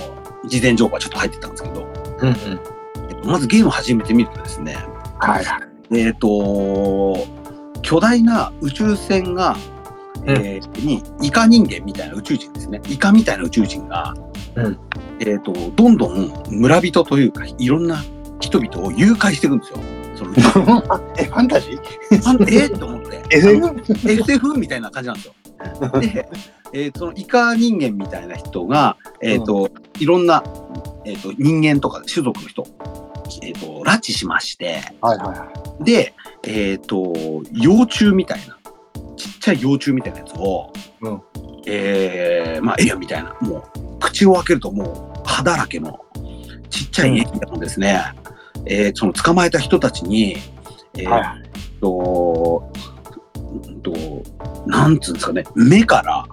[SPEAKER 1] 事前情報はちょっと入ってたんですけど、
[SPEAKER 2] うんうん
[SPEAKER 1] えっとまずゲームを始めてみるとですね、
[SPEAKER 2] はいはい
[SPEAKER 1] えっ、と、巨大な宇宙船が、
[SPEAKER 2] うん
[SPEAKER 1] えーに、イカ人間みたいな宇宙人ですね。イカみたいな宇宙人が、
[SPEAKER 2] うん
[SPEAKER 1] えっ、と、どんどん村人というか、いろんな人々を誘拐していくんですよ。そ の
[SPEAKER 2] えファンタジー
[SPEAKER 1] あのえーと思って。
[SPEAKER 2] SF?
[SPEAKER 1] SF みたいな感じなんですよ。で、えーそのイカ人間みたいな人が、えっ、と、いろんな、えっ、と、人間とか種族の人、えっ、と、拉致しまして、
[SPEAKER 2] はいはいはい
[SPEAKER 1] で、えっ、と、幼虫みたいな、ちっちゃい幼虫みたいなやつを、
[SPEAKER 2] うん
[SPEAKER 1] えーまあ、エイヤみたいな、もう、口を開けるともう、歯だらけの、ちっちゃいエイヤをですね、えーその捕まえた人たちに、えー
[SPEAKER 2] はいはい
[SPEAKER 1] と、うんと、なんつうんですかね、目から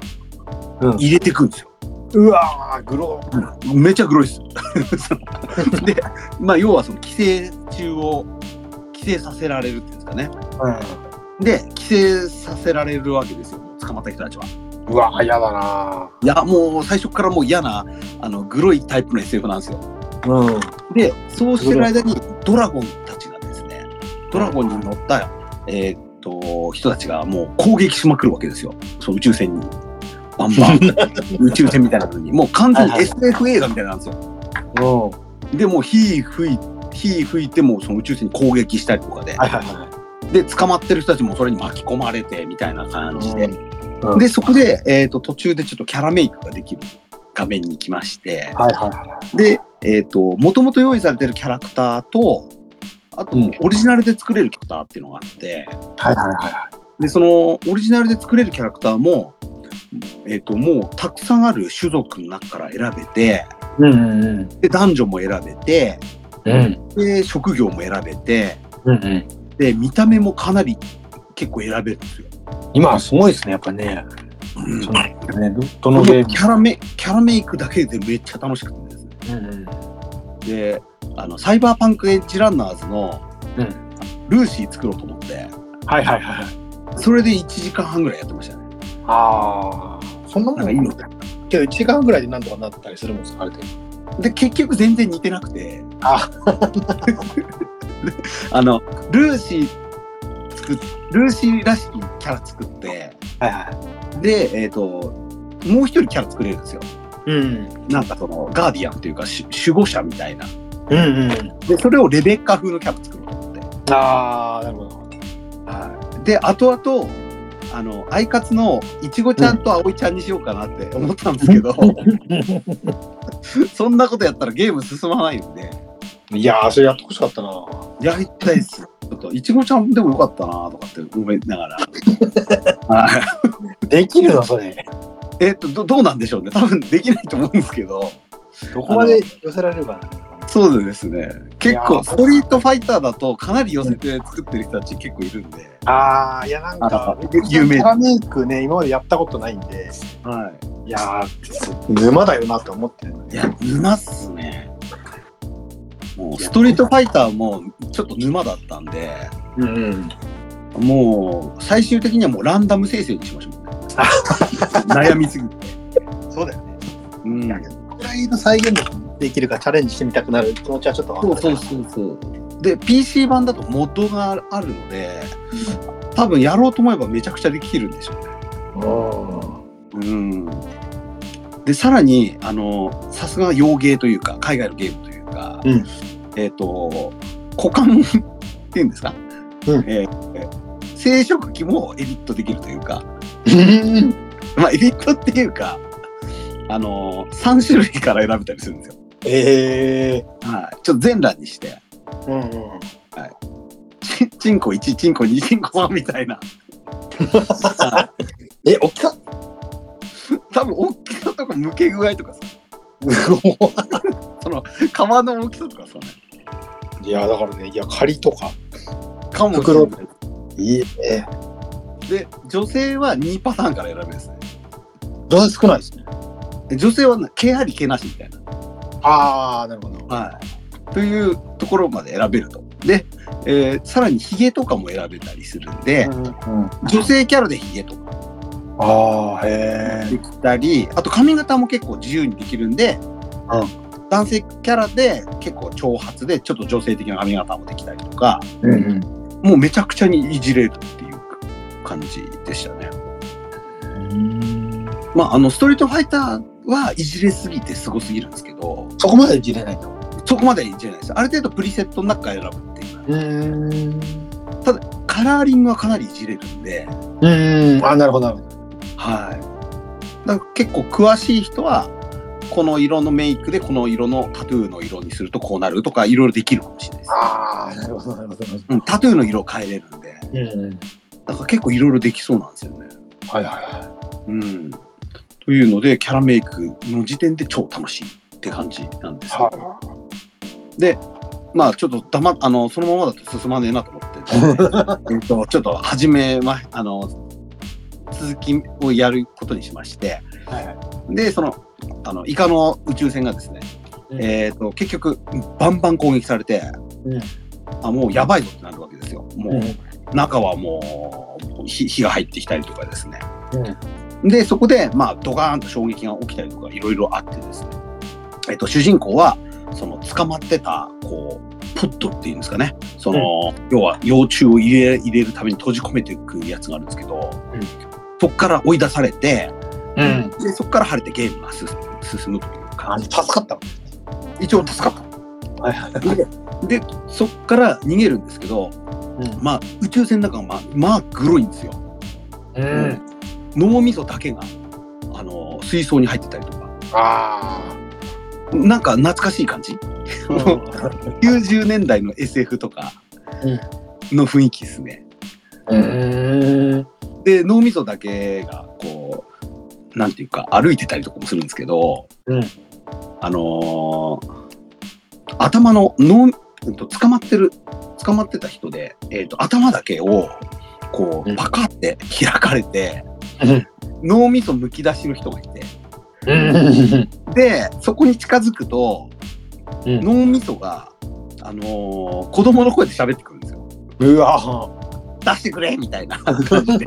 [SPEAKER 2] うん
[SPEAKER 1] 入れてくんですよ。
[SPEAKER 2] うわーグロー
[SPEAKER 1] めちゃ黒いです。 そので、まあ、要はその寄生虫を寄生させられるっていうんですかね。
[SPEAKER 2] う
[SPEAKER 1] で、寄生させられるわけですよ、捕まった人たちは。
[SPEAKER 2] んうわー嫌だない
[SPEAKER 1] や、もう最初からもう嫌な、あの、グロいタイプの SF なんですよ。
[SPEAKER 2] うん
[SPEAKER 1] で、そうしてる間に、ドラゴンたちがですね、ドラゴンに乗った、えーっと、人たちがもう攻撃しまくるわけですよ。そう、宇宙船に。バンバ ン、宇宙船みたいなのに。もう完全に
[SPEAKER 2] はいはい
[SPEAKER 1] SF 映画みたいなんですよ。
[SPEAKER 2] うん
[SPEAKER 1] で、もう火吹い火吹いてもうその宇宙船に攻撃したりとかで、
[SPEAKER 2] はいはいは
[SPEAKER 1] で、捕まってる人たちもそれに巻き込まれて、みたいな感じで。
[SPEAKER 2] うん
[SPEAKER 1] で、そこで、えっ、と、途中でちょっとキャラメイクができる画面に来まして、
[SPEAKER 2] はいは
[SPEAKER 1] で、えっ、と、もともと用意されてるキャラクターと、あと、オリジナルで作れるキャラクターっていうのがあって、
[SPEAKER 2] いはいはいは
[SPEAKER 1] で、その、オリジナルで作れるキャラクターも、えっ、と、もう、たくさんある種族の中から選べて、
[SPEAKER 2] いはいうんうんうん
[SPEAKER 1] で、男女も選べて、
[SPEAKER 2] うん
[SPEAKER 1] で、職業も選べて、
[SPEAKER 2] うんうん
[SPEAKER 1] で、見た目もかなり結構選べるんですよ。
[SPEAKER 2] 今はすごいですねやっぱね
[SPEAKER 1] うん
[SPEAKER 2] そのねどど
[SPEAKER 1] こ
[SPEAKER 2] の
[SPEAKER 1] の
[SPEAKER 2] ゲ
[SPEAKER 1] キ
[SPEAKER 2] ーム
[SPEAKER 1] ャラメ、キャラメイクだけでめっちゃ楽しくてですね。
[SPEAKER 2] うんうん
[SPEAKER 1] であのサイバーパンクエッジランナーズの、
[SPEAKER 2] うん
[SPEAKER 1] ルーシー作ろうと思って
[SPEAKER 2] はいはいはい
[SPEAKER 1] それで1時間半ぐらいやってましたね
[SPEAKER 2] ああそんなも
[SPEAKER 1] なん
[SPEAKER 2] ん
[SPEAKER 1] かいいの
[SPEAKER 2] けど1時間ぐらいでなんとかなったりするもんですかある程度
[SPEAKER 1] で結局全然似てなくて
[SPEAKER 2] あ
[SPEAKER 1] あのルーシー作っルーシーらしきキャラ作って
[SPEAKER 2] はいは
[SPEAKER 1] でえっ、ともう一人キャラ作れるんですよ
[SPEAKER 2] いうん
[SPEAKER 1] なんかそのガーディアンというかし守護者みたいな
[SPEAKER 2] うんうん
[SPEAKER 1] でそれをレベッカ風のキャラ作ろうと思って
[SPEAKER 2] ああなるほど
[SPEAKER 1] はい、で後々あのアイカツのいちごちゃんとあおいちゃんにしようかなって思ったんですけ ど、そんなことやったらゲーム進まないんで
[SPEAKER 2] いやーそれやってほしかったな
[SPEAKER 1] やりたいですちょっといちごちゃんでもよかったなとかって思いなが らはい
[SPEAKER 2] できるのそれ
[SPEAKER 1] えっとどどうなんでしょうね多分できないと思うんですけど
[SPEAKER 2] どこまで寄せられるかな
[SPEAKER 1] そうですね結
[SPEAKER 2] いや
[SPEAKER 1] 構
[SPEAKER 2] ー
[SPEAKER 1] ストリートファイターだとかなり寄せて作ってる人たち結構いるんで、
[SPEAKER 2] ああいやなん
[SPEAKER 1] あ
[SPEAKER 2] か
[SPEAKER 1] の有名
[SPEAKER 2] キャラメイクね今までやったことないんで
[SPEAKER 1] はい
[SPEAKER 2] やー沼だよなって思ってる
[SPEAKER 1] い、いや沼っすねもうストリートファイターもちょっと沼だったんで
[SPEAKER 2] うんうん
[SPEAKER 1] もう最終的にはもうランダム生成にしましょう、ね、 悩みすぎて、
[SPEAKER 2] そうだよね
[SPEAKER 1] うん
[SPEAKER 2] これの再現力できるかチャレンジしてみたくなる気持ちはちょっとわか
[SPEAKER 1] そ
[SPEAKER 2] る
[SPEAKER 1] うそうそうそうで PC 版だと元があるので多分やろうと思えばめちゃくちゃできるんでしょうね
[SPEAKER 2] う
[SPEAKER 1] うんでさらにあのさすが洋芸というか海外のゲームというか、
[SPEAKER 2] うん
[SPEAKER 1] えっ、と股間っていうんですか、
[SPEAKER 2] うん
[SPEAKER 1] えーえー生殖器もエディットできるというか
[SPEAKER 2] ん
[SPEAKER 1] まあエディットっていうかあの3種類から選べたりするんですよ。
[SPEAKER 2] ええ
[SPEAKER 1] はい、ちょっと全裸にして
[SPEAKER 2] ー、うんうん
[SPEAKER 1] ちちんこ1ちんこ2ちんこ3みたいな
[SPEAKER 2] え大きかっ
[SPEAKER 1] 多分大きさとか向け具合と かさ皮の大きさとかさ、ね、
[SPEAKER 2] いやだからねいや仮とか
[SPEAKER 1] かもしれない
[SPEAKER 2] 袋いいえ
[SPEAKER 1] で女性は2パターンから選べるんですね
[SPEAKER 2] どうせ少ないですね
[SPEAKER 1] で女性はね毛あり毛なしみたいな
[SPEAKER 2] ああ、なるほど。
[SPEAKER 1] はい、というところまで選べると。で、えーさらにヒゲとかも選べたりするんで、
[SPEAKER 2] うんうん、
[SPEAKER 1] 女性キャラでヒゲとか
[SPEAKER 2] ああ、へえ。
[SPEAKER 1] できたり、あと髪型も結構自由にできるんで、男性キャラで結構長髪でちょっと女性的な髪型もできたりとか、
[SPEAKER 2] うんうん。
[SPEAKER 1] もうめちゃくちゃにいじれるっていう感じでしたね。まあ、あの、ストリートファイターはいじれすぎてすごすぎるんですけど、
[SPEAKER 2] そこまでいじれないと。
[SPEAKER 1] そこまではいじれないです。ある程度プリセットの中から選ぶっていうか
[SPEAKER 2] うん。
[SPEAKER 1] カラーリングはかなりいじれるんで、
[SPEAKER 2] うん。あ、なるほど、なるほど。
[SPEAKER 1] はい。だから結構詳しい人は、この色のメイクでこの色のタトゥーの色にするとこうなるとかいろいろできるかもしれないです。
[SPEAKER 2] ああ、なるほど、なるほど。なるほ
[SPEAKER 1] うん、タトゥーの色を変えれるんで、
[SPEAKER 2] どうん。
[SPEAKER 1] だから結構いろいろできそうなんですよね。
[SPEAKER 2] はいはいは
[SPEAKER 1] うん。というので、キャラメイクの時点で超楽しいって感じなんです
[SPEAKER 2] い。
[SPEAKER 1] よ。まあちょっと黙っあのそのままだと進まねえなと思 って、えっとちょっと始めまあの続きをやることにしまして、
[SPEAKER 2] はいは
[SPEAKER 1] でそのあのイカの宇宙船がですね、
[SPEAKER 2] うん
[SPEAKER 1] えっと結局バンバン攻撃されて、
[SPEAKER 2] うん
[SPEAKER 1] あもうやばいぞってなるわけですよ。もう、
[SPEAKER 2] うん
[SPEAKER 1] 中はもう火火が入ってきたりとかですね。
[SPEAKER 2] うん
[SPEAKER 1] でそこでまあドカーンと衝撃が起きたりとかいろいろあってですね、えっと主人公はその捕まってたこうポットっていうんですかねその、要は幼虫を入れ入れるために閉じ込めていくやつがあるんですけど、
[SPEAKER 2] うん
[SPEAKER 1] そこから追い出されて
[SPEAKER 2] うん。
[SPEAKER 1] でそこから晴れてゲームが進進むという
[SPEAKER 2] あ
[SPEAKER 1] か
[SPEAKER 2] の、助かったの。
[SPEAKER 1] 一応助かっ
[SPEAKER 2] はいはい。
[SPEAKER 1] たでそこから逃げるんですけどまあ宇宙船の中がまあまあグロいんですよ。
[SPEAKER 2] うん。うん。
[SPEAKER 1] 脳みそだけがあの水槽に入ってたりとか
[SPEAKER 2] あ
[SPEAKER 1] なんか懐かしい感じ
[SPEAKER 2] あ。
[SPEAKER 1] 90年代の SF とかの雰囲気ですね。
[SPEAKER 2] うん。
[SPEAKER 1] で脳みそだけがこうなんていうか歩いてたりとかもするんですけど、
[SPEAKER 2] うん
[SPEAKER 1] あのー頭の脳うんと捕まってる捕まってた人で、えー、と頭だけをこ
[SPEAKER 2] う
[SPEAKER 1] うんパカって開かれて、
[SPEAKER 2] うん
[SPEAKER 1] 脳みそむき出しの人がいて
[SPEAKER 2] うん。
[SPEAKER 1] でそこに近づくと、
[SPEAKER 2] うん
[SPEAKER 1] 脳みそが、あのー子供の声で喋ってくるんですよ。
[SPEAKER 2] うわ。
[SPEAKER 1] 出してくれみたい な感じで。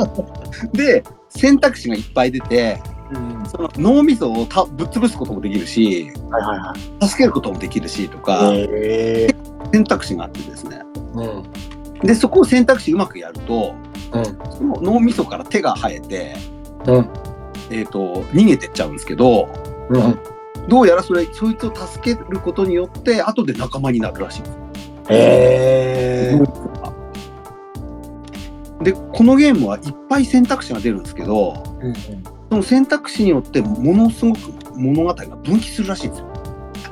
[SPEAKER 1] で選択肢がいっぱい出て
[SPEAKER 2] うん。
[SPEAKER 1] その脳みそをたぶっ潰すこともできるし
[SPEAKER 2] はいはいはい。
[SPEAKER 1] 助けることもできるしとか、
[SPEAKER 2] ええ。
[SPEAKER 1] 選択肢があってですね
[SPEAKER 2] うん。
[SPEAKER 1] でそこを選択肢うまくやると
[SPEAKER 2] うん。
[SPEAKER 1] その脳みそから手が生えて、
[SPEAKER 2] うん。
[SPEAKER 1] えー、と逃げてっちゃうんですけど
[SPEAKER 2] うん。
[SPEAKER 1] どうやらそれそいつを助けることによって後で仲間になるらしいんです
[SPEAKER 2] ええ。
[SPEAKER 1] でこのゲームはいっぱい選択肢が出るんですけど
[SPEAKER 2] うん。
[SPEAKER 1] その選択肢によってものすごく物語が分岐するらしいんですよ。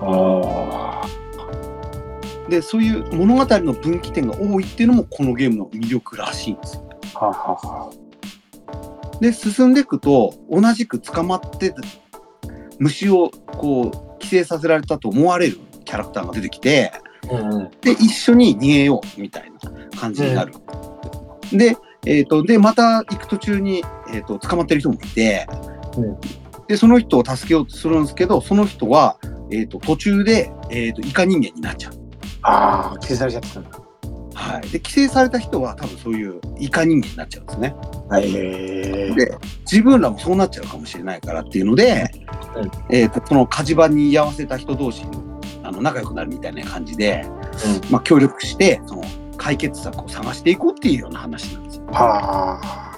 [SPEAKER 2] ああ。
[SPEAKER 1] でそういう物語の分岐点が多いっていうのもこのゲームの魅力らしいんですよ。
[SPEAKER 2] ははは。
[SPEAKER 1] で進んでいくと同じく捕まってた虫をこう寄生させられたと思われるキャラクターが出てきて
[SPEAKER 2] うん。
[SPEAKER 1] で一緒に逃げようみたいな感じになる。で,、えー、とでまた行く途中に、えー、と捕まってる人もいて、
[SPEAKER 2] うん
[SPEAKER 1] でその人を助けようとするんですけどその人は、えー、と途中で、えー、とイカ人間になっちゃう。
[SPEAKER 2] ああ、消されちゃってたんだ。
[SPEAKER 1] はい、で規制された人は多分そういうイカ人間になっちゃうんですね。
[SPEAKER 2] ええ。
[SPEAKER 1] で自分らもそうなっちゃうかもしれないからっていうので、
[SPEAKER 2] うん
[SPEAKER 1] えー、とその火事場に居合わせた人同士あの仲良くなるみたいな感じで、
[SPEAKER 2] う
[SPEAKER 1] まあ、協力してその解決策を探していこうっていうような話なんですよ。
[SPEAKER 2] は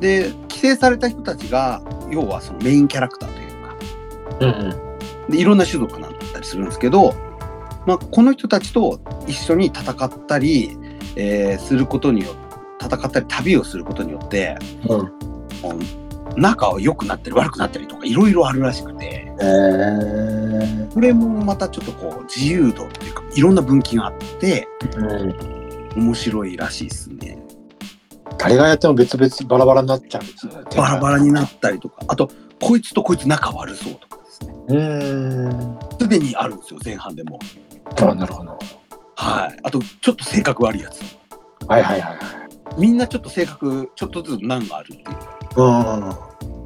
[SPEAKER 1] で規制された人たちが要はそのメインキャラクターというか
[SPEAKER 2] あ。うん。
[SPEAKER 1] でいろんな種族になったりするんですけど、まあ、この人たちと一緒に戦ったり、えーすることによって戦ったり旅をすることによって
[SPEAKER 2] うん。
[SPEAKER 1] こう仲は良くなったり悪くなったりとかいろいろあるらしくて
[SPEAKER 2] ええ。
[SPEAKER 1] これもまたちょっとこう自由度っていうかいろんな分岐があって
[SPEAKER 2] うん。
[SPEAKER 1] 面白いらしいですね。
[SPEAKER 2] 誰がやっても別々バラバラになっちゃうんです
[SPEAKER 1] バラバラになったりとかあとこいつとこいつ仲悪そうとかですね
[SPEAKER 2] うーん。
[SPEAKER 1] すでにあるんですよ前半でも。
[SPEAKER 2] あなるほど。
[SPEAKER 1] はい。あと、ちょっと性格悪いやつ。
[SPEAKER 2] はいはいはい。
[SPEAKER 1] みんなちょっと性格、ちょっとずつ難があるってい
[SPEAKER 2] うん。
[SPEAKER 1] う。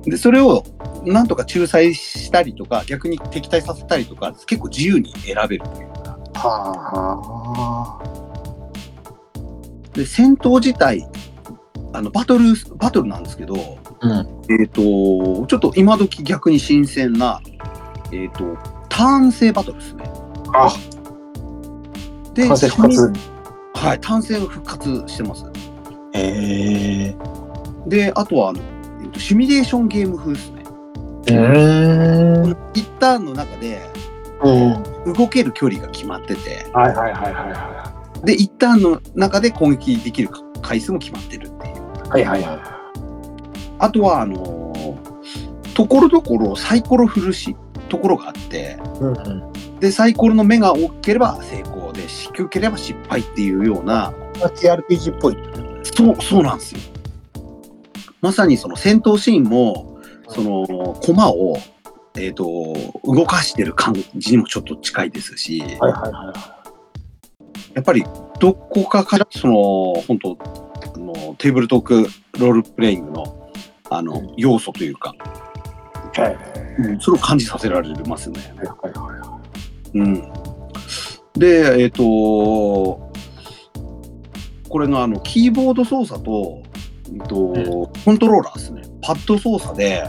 [SPEAKER 1] で、それをなんとか仲裁したりとか、逆に敵対させたりとか、結構自由に選べるというか。
[SPEAKER 2] はあ。
[SPEAKER 1] で、戦闘自体、あの、バトル、バトルなんですけど、
[SPEAKER 2] うん。
[SPEAKER 1] えっ、と、ちょっと今時逆に新鮮な、えっ、と、ターン制バトルですね。
[SPEAKER 2] あ、
[SPEAKER 1] で、
[SPEAKER 2] 完成復活。
[SPEAKER 1] はい、単性復活してます。
[SPEAKER 2] ええ
[SPEAKER 1] で、あとはあの、えーとシミュレーションゲーム風ですね。
[SPEAKER 2] うん。
[SPEAKER 1] 一ターンの中で
[SPEAKER 2] うん。
[SPEAKER 1] 動ける距離が決まってて、
[SPEAKER 2] はいはいはいはいは
[SPEAKER 1] で、一ターンの中で攻撃できる回数も決まってるっていう。
[SPEAKER 2] い。はいはいは
[SPEAKER 1] あとは、あのーところどころサイコロ振るし、ところがあって、
[SPEAKER 2] い。うんうん。
[SPEAKER 1] で、サイコロの目が大きければ成功で、低ければ失敗っていうような、
[SPEAKER 2] TRPG っぽい。
[SPEAKER 1] そう、そうなんですよ。まさにその戦闘シーンも、その、駒を、えっ、と、動かしてる感じにもちょっと近いですし、
[SPEAKER 2] はいはいはい。
[SPEAKER 1] やっぱりどこかから、その、本当あのテーブルトークロールプレイングの、あ
[SPEAKER 2] う
[SPEAKER 1] の
[SPEAKER 2] ん、
[SPEAKER 1] 要素というか、
[SPEAKER 2] はい
[SPEAKER 1] それを感じさせられますね。
[SPEAKER 2] はいは
[SPEAKER 1] うん。で、えっ、と、これがあの、キーボード操作と、えっとコントローラーですね。パッド操作で、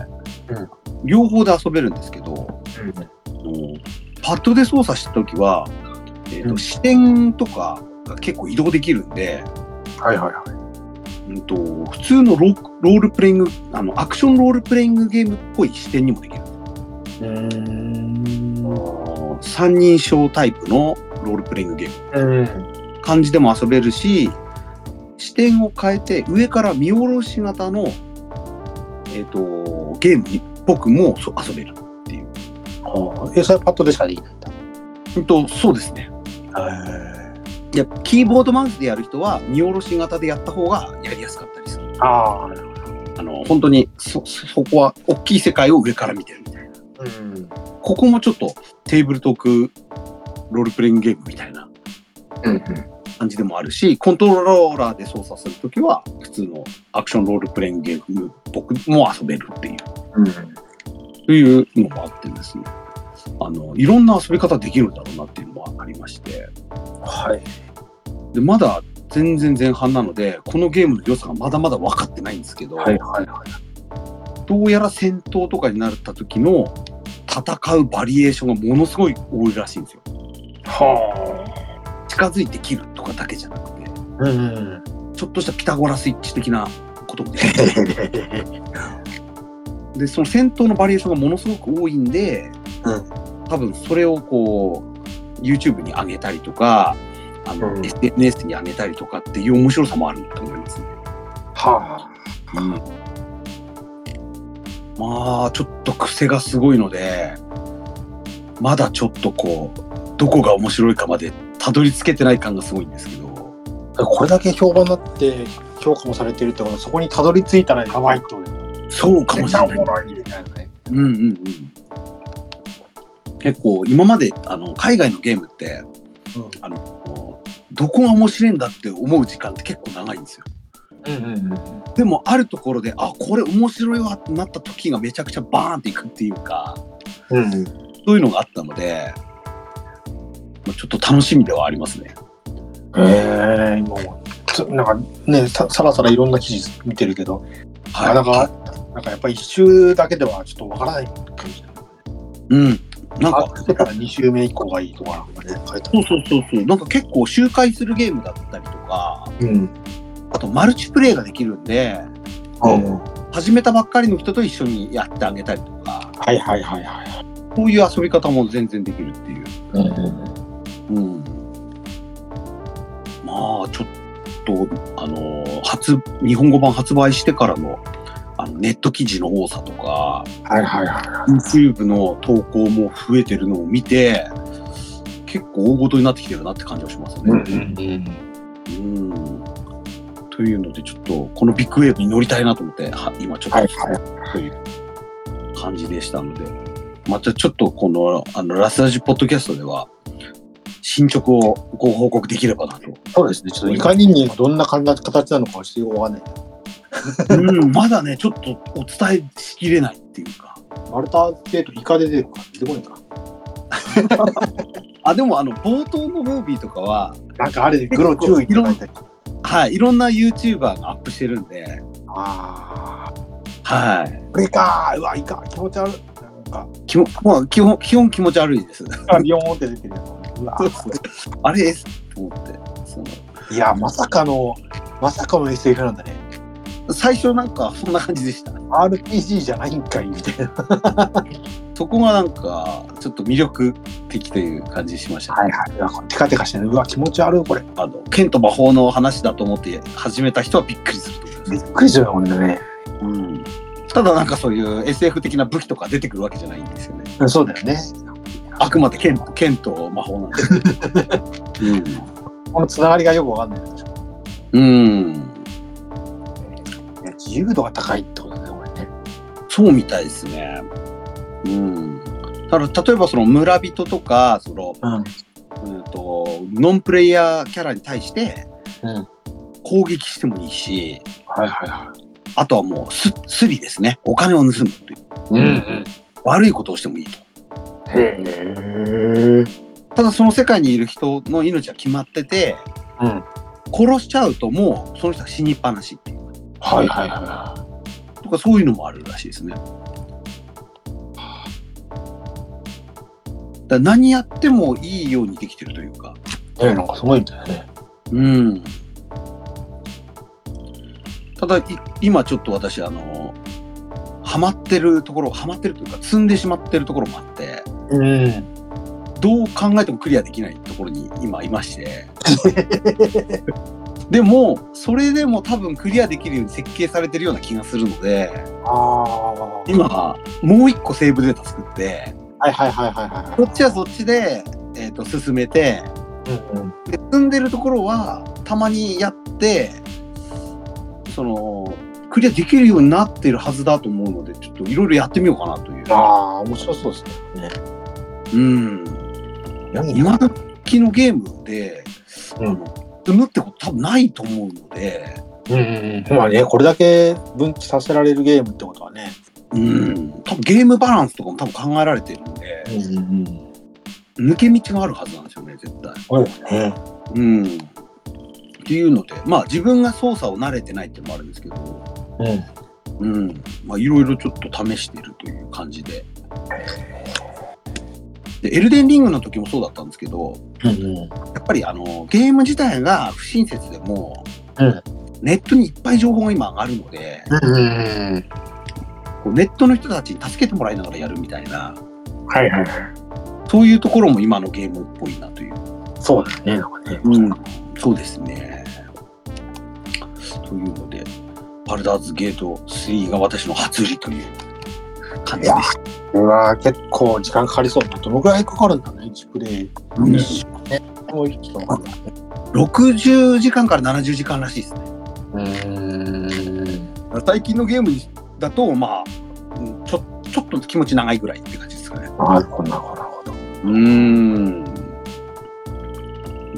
[SPEAKER 2] うん
[SPEAKER 1] 両方で遊べるんですけど、
[SPEAKER 2] い。うん
[SPEAKER 1] あのパッドで操作したときは、えっと
[SPEAKER 2] うん
[SPEAKER 1] 視点とかが結構移動できるんで、
[SPEAKER 2] はいはいはい。
[SPEAKER 1] うん、と普通のロロールプレイングあの、アクションロールプレイングゲームっぽい視点にもできる。
[SPEAKER 2] うん。
[SPEAKER 1] 三人称タイプのロールプレイングゲーム。
[SPEAKER 2] うん。
[SPEAKER 1] 感じでも遊べるし視点を変えて上から見下ろし型の、えっとゲームっぽくもそう遊べる。
[SPEAKER 2] え、それはパッドでしかできないんだ。
[SPEAKER 1] ほんとそうですねいやキーボードマウスでやる人は見下ろし型でやった方がやりやすかったりする
[SPEAKER 2] ああ。
[SPEAKER 1] あの本当にそそそこは大きい世界を上から見てるみたいな
[SPEAKER 2] うん。
[SPEAKER 1] ここもちょっとテーブルトークロールプレイングゲームみたいな
[SPEAKER 2] うん。
[SPEAKER 1] 感じでもあるしコントローラーで操作するときは普通のアクションロールプレイングゲームっぽくも遊べるっていう
[SPEAKER 2] うん。
[SPEAKER 1] というのがあってですね、あの、いろんな遊び方できるんだろうなっていうのはありまして、
[SPEAKER 2] はい。
[SPEAKER 1] で、まだ全然前半なので、このゲームの良さがまだまだ分かってないんですけど、
[SPEAKER 2] はいはいはい。
[SPEAKER 1] どうやら戦闘とかになった時の戦うバリエーションがものすごい多いらしいんですよ。
[SPEAKER 2] は
[SPEAKER 1] 近づいて切るとかだけじゃなくて、
[SPEAKER 2] あ。うん。
[SPEAKER 1] ちょっとしたピタゴラスイッチ的なこともできるでその戦闘のバリエーションがものすごく多いんで、
[SPEAKER 2] うん
[SPEAKER 1] 多分それをこう YouTube に上げたりとかあの、
[SPEAKER 2] うん
[SPEAKER 1] SNS に上げたりとかっていう面白さもあると思いますね。
[SPEAKER 2] は
[SPEAKER 1] まあちょっと癖がすごいのでまだちょっとこうどこが面白いかまでたどり着けてない感がすごいんですけど
[SPEAKER 2] あ。これだけ評判になって評価もされてるってことはそこにたどり着いたらやばいってことだよね
[SPEAKER 1] そうかもしれない。
[SPEAKER 2] みたいなね
[SPEAKER 1] うんうんうん、結構今まであの海外のゲームってあのどこが面白いんだって思う時間って結構長いんですよ。
[SPEAKER 2] うんうんうん
[SPEAKER 1] でもあるところであこれ面白いわってなった時がめちゃくちゃバーンっていくっていうか
[SPEAKER 2] うん
[SPEAKER 1] そういうのがあったので、まあちょっと楽しみではありますね。
[SPEAKER 2] ええ今もつなんかねささらさらいろんな記事見てるけど、
[SPEAKER 1] はい、
[SPEAKER 2] なんかなんかやっぱり一周だけではちょっとわからない感じだね
[SPEAKER 1] うん、なん
[SPEAKER 2] あ
[SPEAKER 1] か
[SPEAKER 2] ってから二周目以降がいいとかなんかね書いて
[SPEAKER 1] そうそうそうそうなんか結構周回するゲームだったりとか
[SPEAKER 2] あるうん
[SPEAKER 1] あとマルチプレイができるんで
[SPEAKER 2] うん
[SPEAKER 1] 始めたばっかりの人と一緒にやってあげたりとか
[SPEAKER 2] はいはいはいはい
[SPEAKER 1] こういう遊び方も全然できるっていう。うんまあちょっとあの初日本語版発売してからのあのネット記事の多さとか
[SPEAKER 2] はいはいは
[SPEAKER 1] YouTube の投稿も増えてるのを見て結構大ごとになってきてるなって感じはします
[SPEAKER 2] い
[SPEAKER 1] ね。
[SPEAKER 2] ん
[SPEAKER 1] うんというのでちょっとこのビッグウェーブに乗りたいなと思っては今ちょっと、
[SPEAKER 2] はいは
[SPEAKER 1] という感じでしたのでまたちょっとこのあのラスラジポッドキャストでは進捗をご報告できればなと
[SPEAKER 2] いそうですねちょっといかににどんな感じ形なのかはちょっとよくわかんない
[SPEAKER 1] うん、まだね、ちょっとお伝えしきれないっていうか、
[SPEAKER 2] マルタ系とイカで出てくるから出てこないか。
[SPEAKER 1] あ、でもあの、冒頭のムービーとかは、
[SPEAKER 2] なんかあれでグロ注意って書いてある。
[SPEAKER 1] はい、いろんな YouTuber がアップしてるんで、
[SPEAKER 2] ああ、
[SPEAKER 1] はい。
[SPEAKER 2] これかーうわ、イカ気持ち悪い。なんか、
[SPEAKER 1] 基本、まあ、基本、基本気持ち悪いです。
[SPEAKER 2] ビヨーンって出てるやつ。うわ
[SPEAKER 1] あれ、S と思って。その
[SPEAKER 2] いや、まさかの、まさかの SF なんだね。
[SPEAKER 1] 最初なんかそんな感じでした。
[SPEAKER 2] RPG じゃないんかいみたいな。
[SPEAKER 1] そこがなんか、ちょっと魅力的という感じしました、ね。
[SPEAKER 2] はいはい。うわテカテカしてる。うわ、気持ち悪い、これ。
[SPEAKER 1] あの、剣と魔法の話だと思って始めた人はびっくりすると思います
[SPEAKER 2] びっくりするよ、俺ね。
[SPEAKER 1] うんただなんかそういう SF 的な武器とか出てくるわけじゃないんですよね。
[SPEAKER 2] そうだよね。
[SPEAKER 1] あくまで剣剣と魔法なんです、
[SPEAKER 2] このつながりがよくわかんない。
[SPEAKER 1] うん。うん。
[SPEAKER 2] ね自由度が高いってことだね、俺ね。
[SPEAKER 1] そうみたいですね。うん。ただ例えばその村人とか、その、
[SPEAKER 2] うん。
[SPEAKER 1] うんと、ノンプレイヤーキャラに対して
[SPEAKER 2] うん
[SPEAKER 1] 攻撃してもいいし、
[SPEAKER 2] はいはいは
[SPEAKER 1] あとはもうす、すりですね。お金を盗むという。
[SPEAKER 2] い。うんうん。
[SPEAKER 1] 悪いことをしてもいいと。
[SPEAKER 2] へえ。
[SPEAKER 1] ただその世界にいる人の命は決まってて、
[SPEAKER 2] うん。
[SPEAKER 1] 殺しちゃうともうその人は死にっぱなしっていう。
[SPEAKER 2] はいはいは
[SPEAKER 1] とかそういうのもあるらしいですね。だから何やってもいいようにできてるというか。
[SPEAKER 2] い。ねなんかすごいんだよね。
[SPEAKER 1] うん。ただい今ちょっと私あのハマってるところハマってるというか積んでしまってるところもあって
[SPEAKER 2] うん。
[SPEAKER 1] どう考えてもクリアできないところに今いましてでもそれでも多分クリアできるように設計されてるような気がするので
[SPEAKER 2] ああー。
[SPEAKER 1] 今もう一個セーブデータ作って
[SPEAKER 2] はいはいはいはいはい
[SPEAKER 1] そっちはそっちで、えー、と進めて
[SPEAKER 2] うんうん。
[SPEAKER 1] で積んでるところはたまにやってそのクリアできるようになってるはずだと思うのでちょっといろいろやってみようかなという
[SPEAKER 2] ああ、面白そうですね。
[SPEAKER 1] うん
[SPEAKER 2] 何
[SPEAKER 1] 今時のゲームで、
[SPEAKER 2] う
[SPEAKER 1] うんん、積むってこと多分ないと思うので
[SPEAKER 2] うんうんうん。まあね、これだけ分岐させられるゲームってことはね。
[SPEAKER 1] うん多分ゲームバランスとかも多分考えられてるんで
[SPEAKER 2] うんうんうん。
[SPEAKER 1] 抜け道があるはずなんですよね絶対。
[SPEAKER 2] そうですね。
[SPEAKER 1] うんっていうのでまあ自分が操作を慣れてないっていうのもあるんですけど。
[SPEAKER 2] うん。
[SPEAKER 1] うん、まあいろいろちょっと試してるという感じで。でエルデンリングの時もそうだったんですけど、
[SPEAKER 2] うんうん。
[SPEAKER 1] やっぱりあのゲーム自体が不親切でも、
[SPEAKER 2] うん
[SPEAKER 1] ネットにいっぱい情報が今あるので、
[SPEAKER 2] うんうんうん。
[SPEAKER 1] こうネットの人たちに助けてもらいながらやるみたいな、
[SPEAKER 2] はいはいはい。
[SPEAKER 1] そういうところも今のゲームっぽいなという。
[SPEAKER 2] そうだね、なんかね。
[SPEAKER 1] うん、そうですね。というので、バルダーズゲート3が私の初売りという感じでした。
[SPEAKER 2] これは結構時間かかりそうだな。どのぐらいかかるんだろうね、1プレイ。
[SPEAKER 1] うん
[SPEAKER 2] ね。もうちょっとわかんない。
[SPEAKER 1] 60時間から70時間らしいですね。
[SPEAKER 2] うーん。
[SPEAKER 1] 最近のゲームだと、まあ、うんちょちょっと気持ち長いぐらいって感じですかね。
[SPEAKER 2] ああ、こんなこんなこんな。
[SPEAKER 1] うん、ま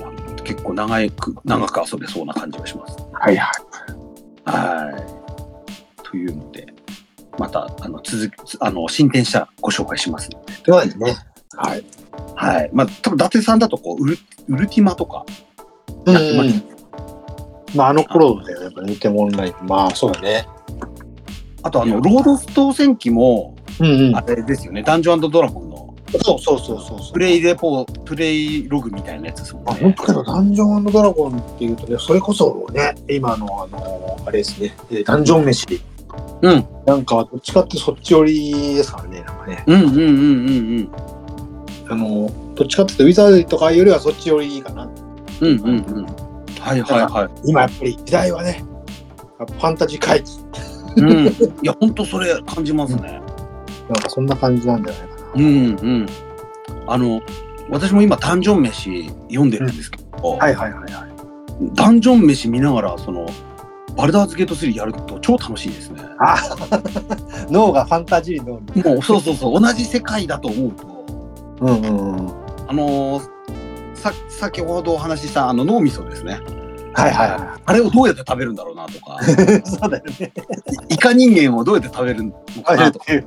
[SPEAKER 1] あ。結構長く、長く遊べそうな感じがします。
[SPEAKER 2] はいはい。
[SPEAKER 1] はい。というので、また、あの、続き、あの、進展したらご紹介します。
[SPEAKER 2] そうですね。はい。
[SPEAKER 1] はい。まあ、多分伊達さんだと、こう、ウルウルティマとか、
[SPEAKER 2] うん
[SPEAKER 1] やってま
[SPEAKER 2] まあ、あの頃だよね。やっぱ見てもオンライン。まあ、そうだね。
[SPEAKER 1] あと、あの、ロード当選機も、
[SPEAKER 2] うんう
[SPEAKER 1] あれですよね、ダンジョンドラゴンの
[SPEAKER 2] そうそうそうそうそう。
[SPEAKER 1] プレイレポー、プレイログみたいなやつですもん
[SPEAKER 2] あ、
[SPEAKER 1] ね。
[SPEAKER 2] 本当けど、ダンジョンドラゴンっていうとね、それこそね、今の、あの、あれですね、えーダンジョン飯。
[SPEAKER 1] うん。
[SPEAKER 2] なんか、どっちかってそっち寄りですからね、なんかね。
[SPEAKER 1] うんうんうんうんうん。
[SPEAKER 2] あの、どっちかっていうと、ウィザードとかよりはそっち寄りかな。
[SPEAKER 1] うんうんうん。はいはいは
[SPEAKER 2] 今やっぱり時代はね、やっぱファンタジー回帰。
[SPEAKER 1] い。うん。いや、本当それ感じますね。
[SPEAKER 2] なんかそんな感じなんじゃないかな。
[SPEAKER 1] うんうん。あの、私も今、ダンジョン飯読んでるんですけど、
[SPEAKER 2] はいはいはいはい。
[SPEAKER 1] ダンジョン飯見ながら、その、バルダーズゲート3やると超楽しいですね。
[SPEAKER 2] 脳がファンタジー脳に。
[SPEAKER 1] もう、そうそうそう、同じ世界だと思うと、
[SPEAKER 2] うんうんうん。
[SPEAKER 1] あのーさ、先ほどお話しした、あの、脳みそですね。
[SPEAKER 2] はいは
[SPEAKER 1] あれをどうやって食べるんだろうなとか、
[SPEAKER 2] い。 そうだよね。
[SPEAKER 1] イカ人間をどうやって食べるのかなとか、
[SPEAKER 2] い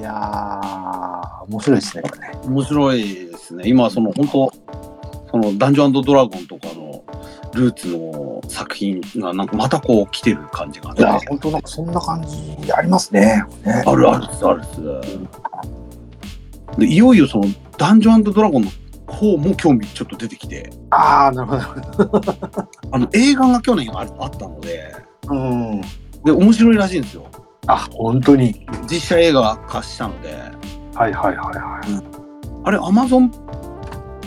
[SPEAKER 2] やー、面白いですね、これね。
[SPEAKER 1] 面白いですね。今、その本当、そのダンジョンドラゴンとかのルーツの作品が、なんかまたこう来てる感じが
[SPEAKER 2] いや
[SPEAKER 1] ね
[SPEAKER 2] ー、。本当なんかそんな感じありますね。ね
[SPEAKER 1] あるあるっす、あるっす。で、いよいよそのダンジョンドラゴンの方も興味ちょっと出てきて、
[SPEAKER 2] あー、なるほどなる
[SPEAKER 1] あの映画が去年ああったので、
[SPEAKER 2] ほど。うん。
[SPEAKER 1] で、面白いらしいんですよ。
[SPEAKER 2] あ、本当に。
[SPEAKER 1] 実写映画化したので、
[SPEAKER 2] はいはいはいはい。
[SPEAKER 1] あれ、アマゾン、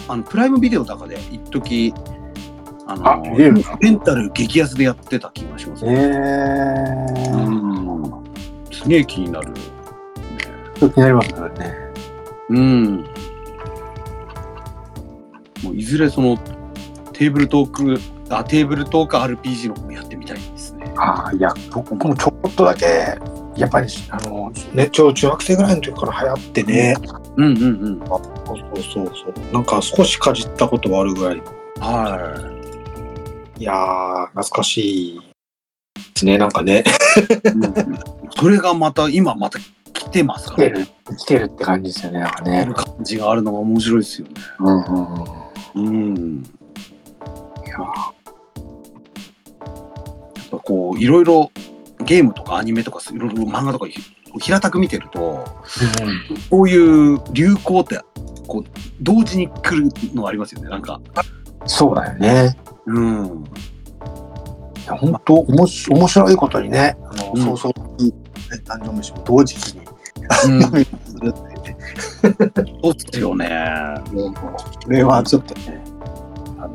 [SPEAKER 1] あの、プライムビデオとかで、一時あの、
[SPEAKER 2] あ、見れるんですか
[SPEAKER 1] レンタル激安でやってた気がします
[SPEAKER 2] え
[SPEAKER 1] ね。う
[SPEAKER 2] ー。
[SPEAKER 1] ん。すげえ気になる。
[SPEAKER 2] ちょっと気になりますね。
[SPEAKER 1] うん。もういずれその、テーブルトーク、あ、テーブルトーク RPG の方もやってみたいですね。
[SPEAKER 2] ああ、いや、僕もちょっとだけ、やっぱり、あの、ね、ちょ中学生ぐらいの時から流行ってね。
[SPEAKER 1] うんうんうん。
[SPEAKER 2] そうそうそうそう。なんか少しかじったことはあるぐらい。
[SPEAKER 1] はい
[SPEAKER 2] やー、懐かしいですね、なんか
[SPEAKER 1] い
[SPEAKER 2] ね。
[SPEAKER 1] うんうん。それがまた、今また来てますから、ね。
[SPEAKER 2] 来てるって感じですよね、なんか
[SPEAKER 1] こ
[SPEAKER 2] ね
[SPEAKER 1] の。感じがあるのが面白いですよね。
[SPEAKER 2] うんうんうん。
[SPEAKER 1] うん。
[SPEAKER 2] いや
[SPEAKER 1] やっぱこういろいろゲームとかアニメとかいろいろ漫画とかひ平たく見てるとこういう流行ってこう同時に来るのありますよねなんか
[SPEAKER 2] そうだよね。
[SPEAKER 1] うん
[SPEAKER 2] いや本当おもし面白いことにね、あの、
[SPEAKER 1] うん
[SPEAKER 2] そうそう、ね、誕生飯も同時期に
[SPEAKER 1] うん
[SPEAKER 2] するっていうね。
[SPEAKER 1] そうっすよね
[SPEAKER 2] これはちょっとね、あ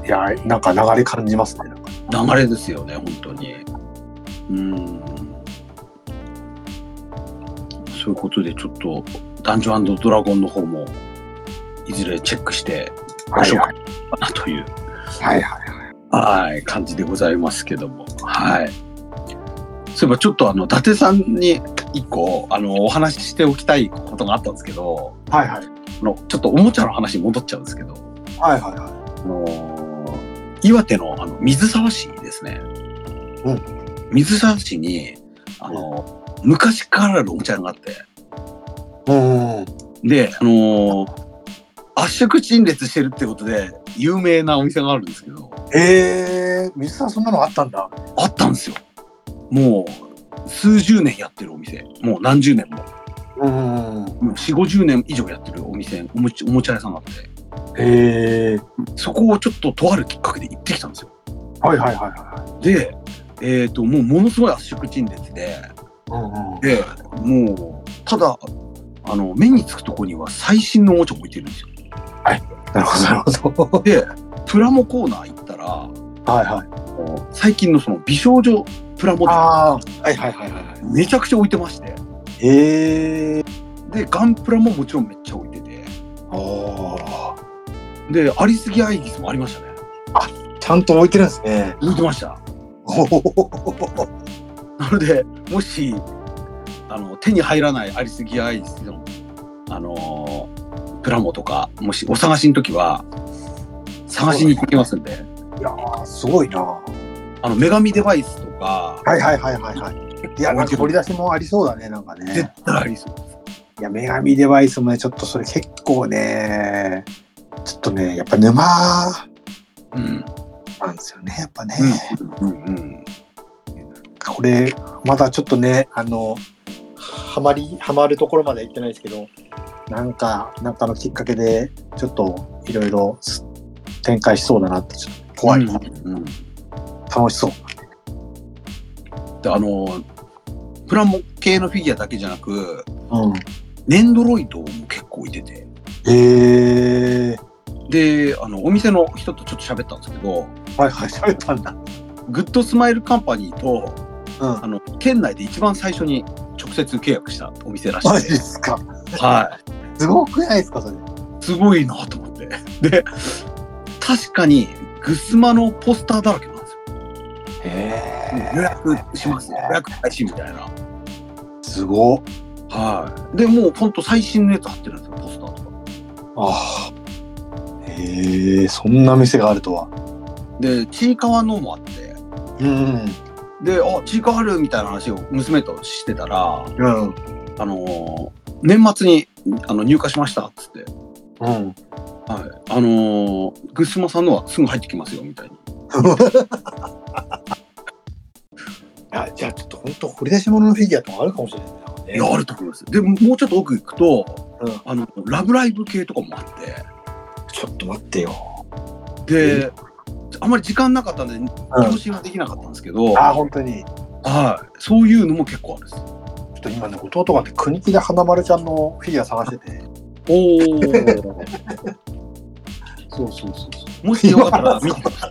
[SPEAKER 2] の、いや、なんか流れ感じますね。なんか。
[SPEAKER 1] 流れですよね本当にうんそういうことでちょっとダンジョンドラゴンの方もいずれチェックしてはいはいかなという
[SPEAKER 2] はいはい。
[SPEAKER 1] はい、感じでございますけども。はい。そういえばちょっとあの、伊達さんに一個、あの、お話ししておきたいことがあったんですけど、
[SPEAKER 2] はいはい。
[SPEAKER 1] あの、ちょっとおもちゃの話に戻っちゃうんですけど、
[SPEAKER 2] はいはいは
[SPEAKER 1] あのー岩手のあの水沢市ですね。
[SPEAKER 2] うん
[SPEAKER 1] 水沢市に、あの、昔からあるお茶屋があって、
[SPEAKER 2] い。うん。
[SPEAKER 1] で、あのー圧縮陳列してるってことで、有名なお店があるんですけど、
[SPEAKER 2] ええー、水沢そんなのあったんだ。
[SPEAKER 1] あったんですよ。もう、数十年やってるお店。もう何十年も。
[SPEAKER 2] うん。
[SPEAKER 1] もう四五十年以上やってるお店、おもちおもちゃ屋さんがあって、
[SPEAKER 2] ええー。
[SPEAKER 1] そこをちょっととあるきっかけで行ってきたんですよ。
[SPEAKER 2] はいはいはいは
[SPEAKER 1] で、えっ、と、もうものすごい圧縮陳列で、
[SPEAKER 2] い。うんうん。
[SPEAKER 1] で、もう、ただ、あの、目につくとこには最新のおもちゃ置いてるんですよ。
[SPEAKER 2] なるほどなるほど。
[SPEAKER 1] で、プラモコーナー行ったら、
[SPEAKER 2] はいはい。
[SPEAKER 1] 最近のその美少女プラモデ
[SPEAKER 2] ああ。はいはいはいはい。
[SPEAKER 1] ル、めちゃくちゃ置いてまして、
[SPEAKER 2] ええー。
[SPEAKER 1] で、ガンプラももちろんめっちゃ置いてて、
[SPEAKER 2] ああ。
[SPEAKER 1] で、ありすぎアイギスもありましたね。
[SPEAKER 2] ちゃんと置いてるんですね。
[SPEAKER 1] 置いてました。
[SPEAKER 2] お
[SPEAKER 1] なので、もし、あの、手に入らないアリスギアアイスの、あのープラモとか、もしお探しの時は、探しに行ってきますんで、
[SPEAKER 2] いやーすごいな。は
[SPEAKER 1] あの、女神デバイスとか、
[SPEAKER 2] いはいはいはいはい。いや、なんか掘り出しもありそうだね、なんかね。
[SPEAKER 1] 絶対ありそう。
[SPEAKER 2] いや、女神デバイスもね、ちょっとそれ結構ね、ちょっとね、やっぱ沼
[SPEAKER 1] うん。
[SPEAKER 2] なんですよね、やっぱね。
[SPEAKER 1] うん。うん。
[SPEAKER 2] これ、まだちょっとね、あの、はまり、はまるところまでは行ってないですけど、なんか、なんかのきっかけで、ちょっといろいろす展開しそうだなって、ちょっと怖い、
[SPEAKER 1] うん。うんで、
[SPEAKER 2] 楽しそう。
[SPEAKER 1] あのープラモ系のフィギュアだけじゃなく、
[SPEAKER 2] うん。
[SPEAKER 1] ネンドロイドも結構置いてて、
[SPEAKER 2] えー、
[SPEAKER 1] で、あの、お店の人とちょっと喋ったんですけど、
[SPEAKER 2] はいはい、喋ったんだ。
[SPEAKER 1] グッドスマイルカンパニーと、
[SPEAKER 2] うん
[SPEAKER 1] あ。の県内で一番最初に直接契約したお店らし
[SPEAKER 2] マ
[SPEAKER 1] い
[SPEAKER 2] ジですか。
[SPEAKER 1] は
[SPEAKER 2] すごくないですか、それ。
[SPEAKER 1] い、すごいなと思ってで確かにグスマのポスターだらけなんですよ
[SPEAKER 2] え
[SPEAKER 1] 予約しますね予約開始みたいな
[SPEAKER 2] すごっ。
[SPEAKER 1] はいでもうほんと最新のやつ貼ってるんですよポスターとか
[SPEAKER 2] あへえ、そんな店があるとは。
[SPEAKER 1] で、ちいかわのもあって、
[SPEAKER 2] うん。
[SPEAKER 1] で、あ、ちいかわあるみたいな話を娘としてたら、
[SPEAKER 2] うん。
[SPEAKER 1] あのー年末にあの入荷しましたっつって、
[SPEAKER 2] うん。
[SPEAKER 1] はい、あのー、グスマさんのはすぐ入ってきますよみたいに。
[SPEAKER 2] あじゃあちょっと本当掘り出し物のフィギュアとかあるかもしれない
[SPEAKER 1] い
[SPEAKER 2] ね。
[SPEAKER 1] や、あると思います。で、もうちょっと奥行くと、
[SPEAKER 2] うん
[SPEAKER 1] あの、ラブライブ系とかもあっ
[SPEAKER 2] ちょっと待ってよ。
[SPEAKER 1] て、で、あんまり時間なかったんで、
[SPEAKER 2] うん
[SPEAKER 1] 更新はできなかったんですけど、
[SPEAKER 2] あ本当に。ち
[SPEAKER 1] はい、そういうのも結構あるんです。
[SPEAKER 2] ょっと今ね弟がね国木で花丸ちゃんのフィギュア探してて。
[SPEAKER 1] おお。
[SPEAKER 2] そうそうそう そ
[SPEAKER 1] もしよかったら見てくだ さい。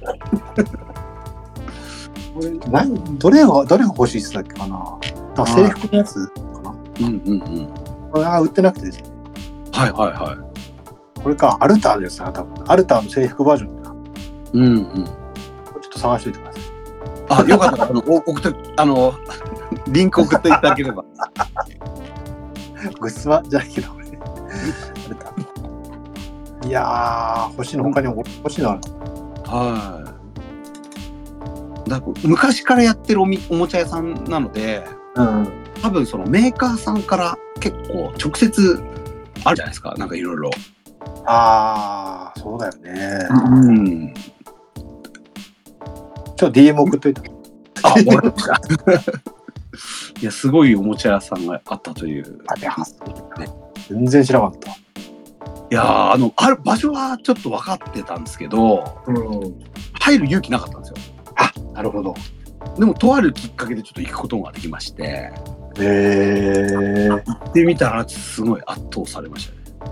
[SPEAKER 2] う。何どれがどれが欲しいっつったっけかな。なんか制服のやつかな。
[SPEAKER 1] うんうんうん。
[SPEAKER 2] これあ売ってなくてですね。
[SPEAKER 1] はいはいは
[SPEAKER 2] これかアルターですな多分。アルターの制服バージョンだな。
[SPEAKER 1] い。うんうん。
[SPEAKER 2] これちょっと探しておいてください。
[SPEAKER 1] あ、よかったら、あの、お送って、あの、 リンク送っていただければ。
[SPEAKER 2] グッズはじゃないけどこれ。 アルターいやー欲しいの他にも欲しいのある。
[SPEAKER 1] はい。だから昔からやってるおみおもちゃ屋さんなので、
[SPEAKER 2] うん。
[SPEAKER 1] 多分そのメーカーさんから結構直接あるじゃないですか、なんかいろいろ。
[SPEAKER 2] あーそうだよね。
[SPEAKER 1] うん。
[SPEAKER 2] ちょっと DM 送っといた。
[SPEAKER 1] あ、わかりました。 いや、すごいおもちゃ屋さんがあったという。
[SPEAKER 2] 全然知らなかった。
[SPEAKER 1] いやーあの、ある場所はちょっと分かってたんですけど、
[SPEAKER 2] うん。
[SPEAKER 1] 入る勇気なかったんですよ。
[SPEAKER 2] なるほど。
[SPEAKER 1] でも、とあるきっかけでちょっと行くことができまして、
[SPEAKER 2] へえー。
[SPEAKER 1] 行ってみたら、すごい圧倒されましたね。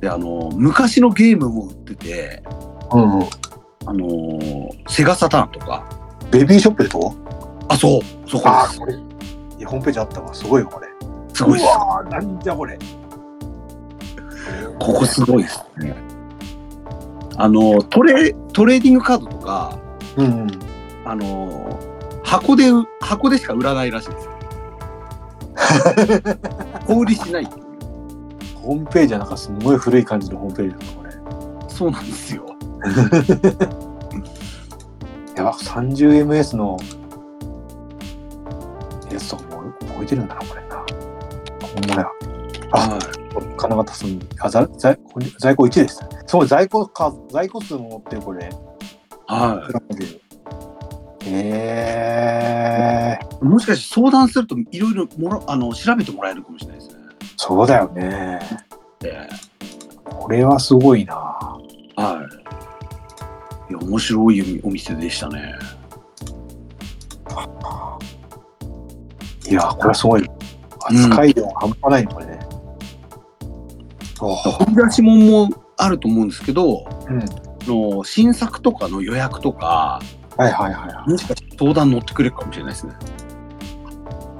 [SPEAKER 1] で、あの、昔のゲームも売ってて、
[SPEAKER 2] うん。
[SPEAKER 1] あのーセガサターンとか、
[SPEAKER 2] ベビーショップでと
[SPEAKER 1] あ、そう、そこです。
[SPEAKER 2] これ。いや、ホームページあったわ。すごいよ、これ。
[SPEAKER 1] すごいです。
[SPEAKER 2] わーなんじゃこれ。
[SPEAKER 1] ここすごいですね。あのトレトレーディングカードとか
[SPEAKER 2] うんうん。
[SPEAKER 1] あの箱で箱でしか売らないらしい です。小売りしないっていう。
[SPEAKER 2] ホームページはなんかすごい古い感じのホームページだった、これ。
[SPEAKER 1] そうなんですよ。
[SPEAKER 2] やば、30ms のやつとかも覚えてるんだな、これな。ほんまや。あ
[SPEAKER 1] はい
[SPEAKER 2] 金型すんあ在在在庫1です。そう、在庫か、在庫数も持ってる、これ。
[SPEAKER 1] は
[SPEAKER 2] え
[SPEAKER 1] い。
[SPEAKER 2] ー、
[SPEAKER 1] もしかして相談するといろいろもろあの調べてもらえるかもしれないですね。
[SPEAKER 2] そうだよね。
[SPEAKER 1] で
[SPEAKER 2] これはすごいな。
[SPEAKER 1] はい。いや面白いお店でしたね。
[SPEAKER 2] いや、これはすごい。扱い量が半端ないね、これね。
[SPEAKER 1] 掘り出し物もあると思うんですけど、
[SPEAKER 2] うん
[SPEAKER 1] あの新作とかの予約とか。
[SPEAKER 2] はいはいはいはい。
[SPEAKER 1] もしかして相談乗ってくれるかもしれないですね。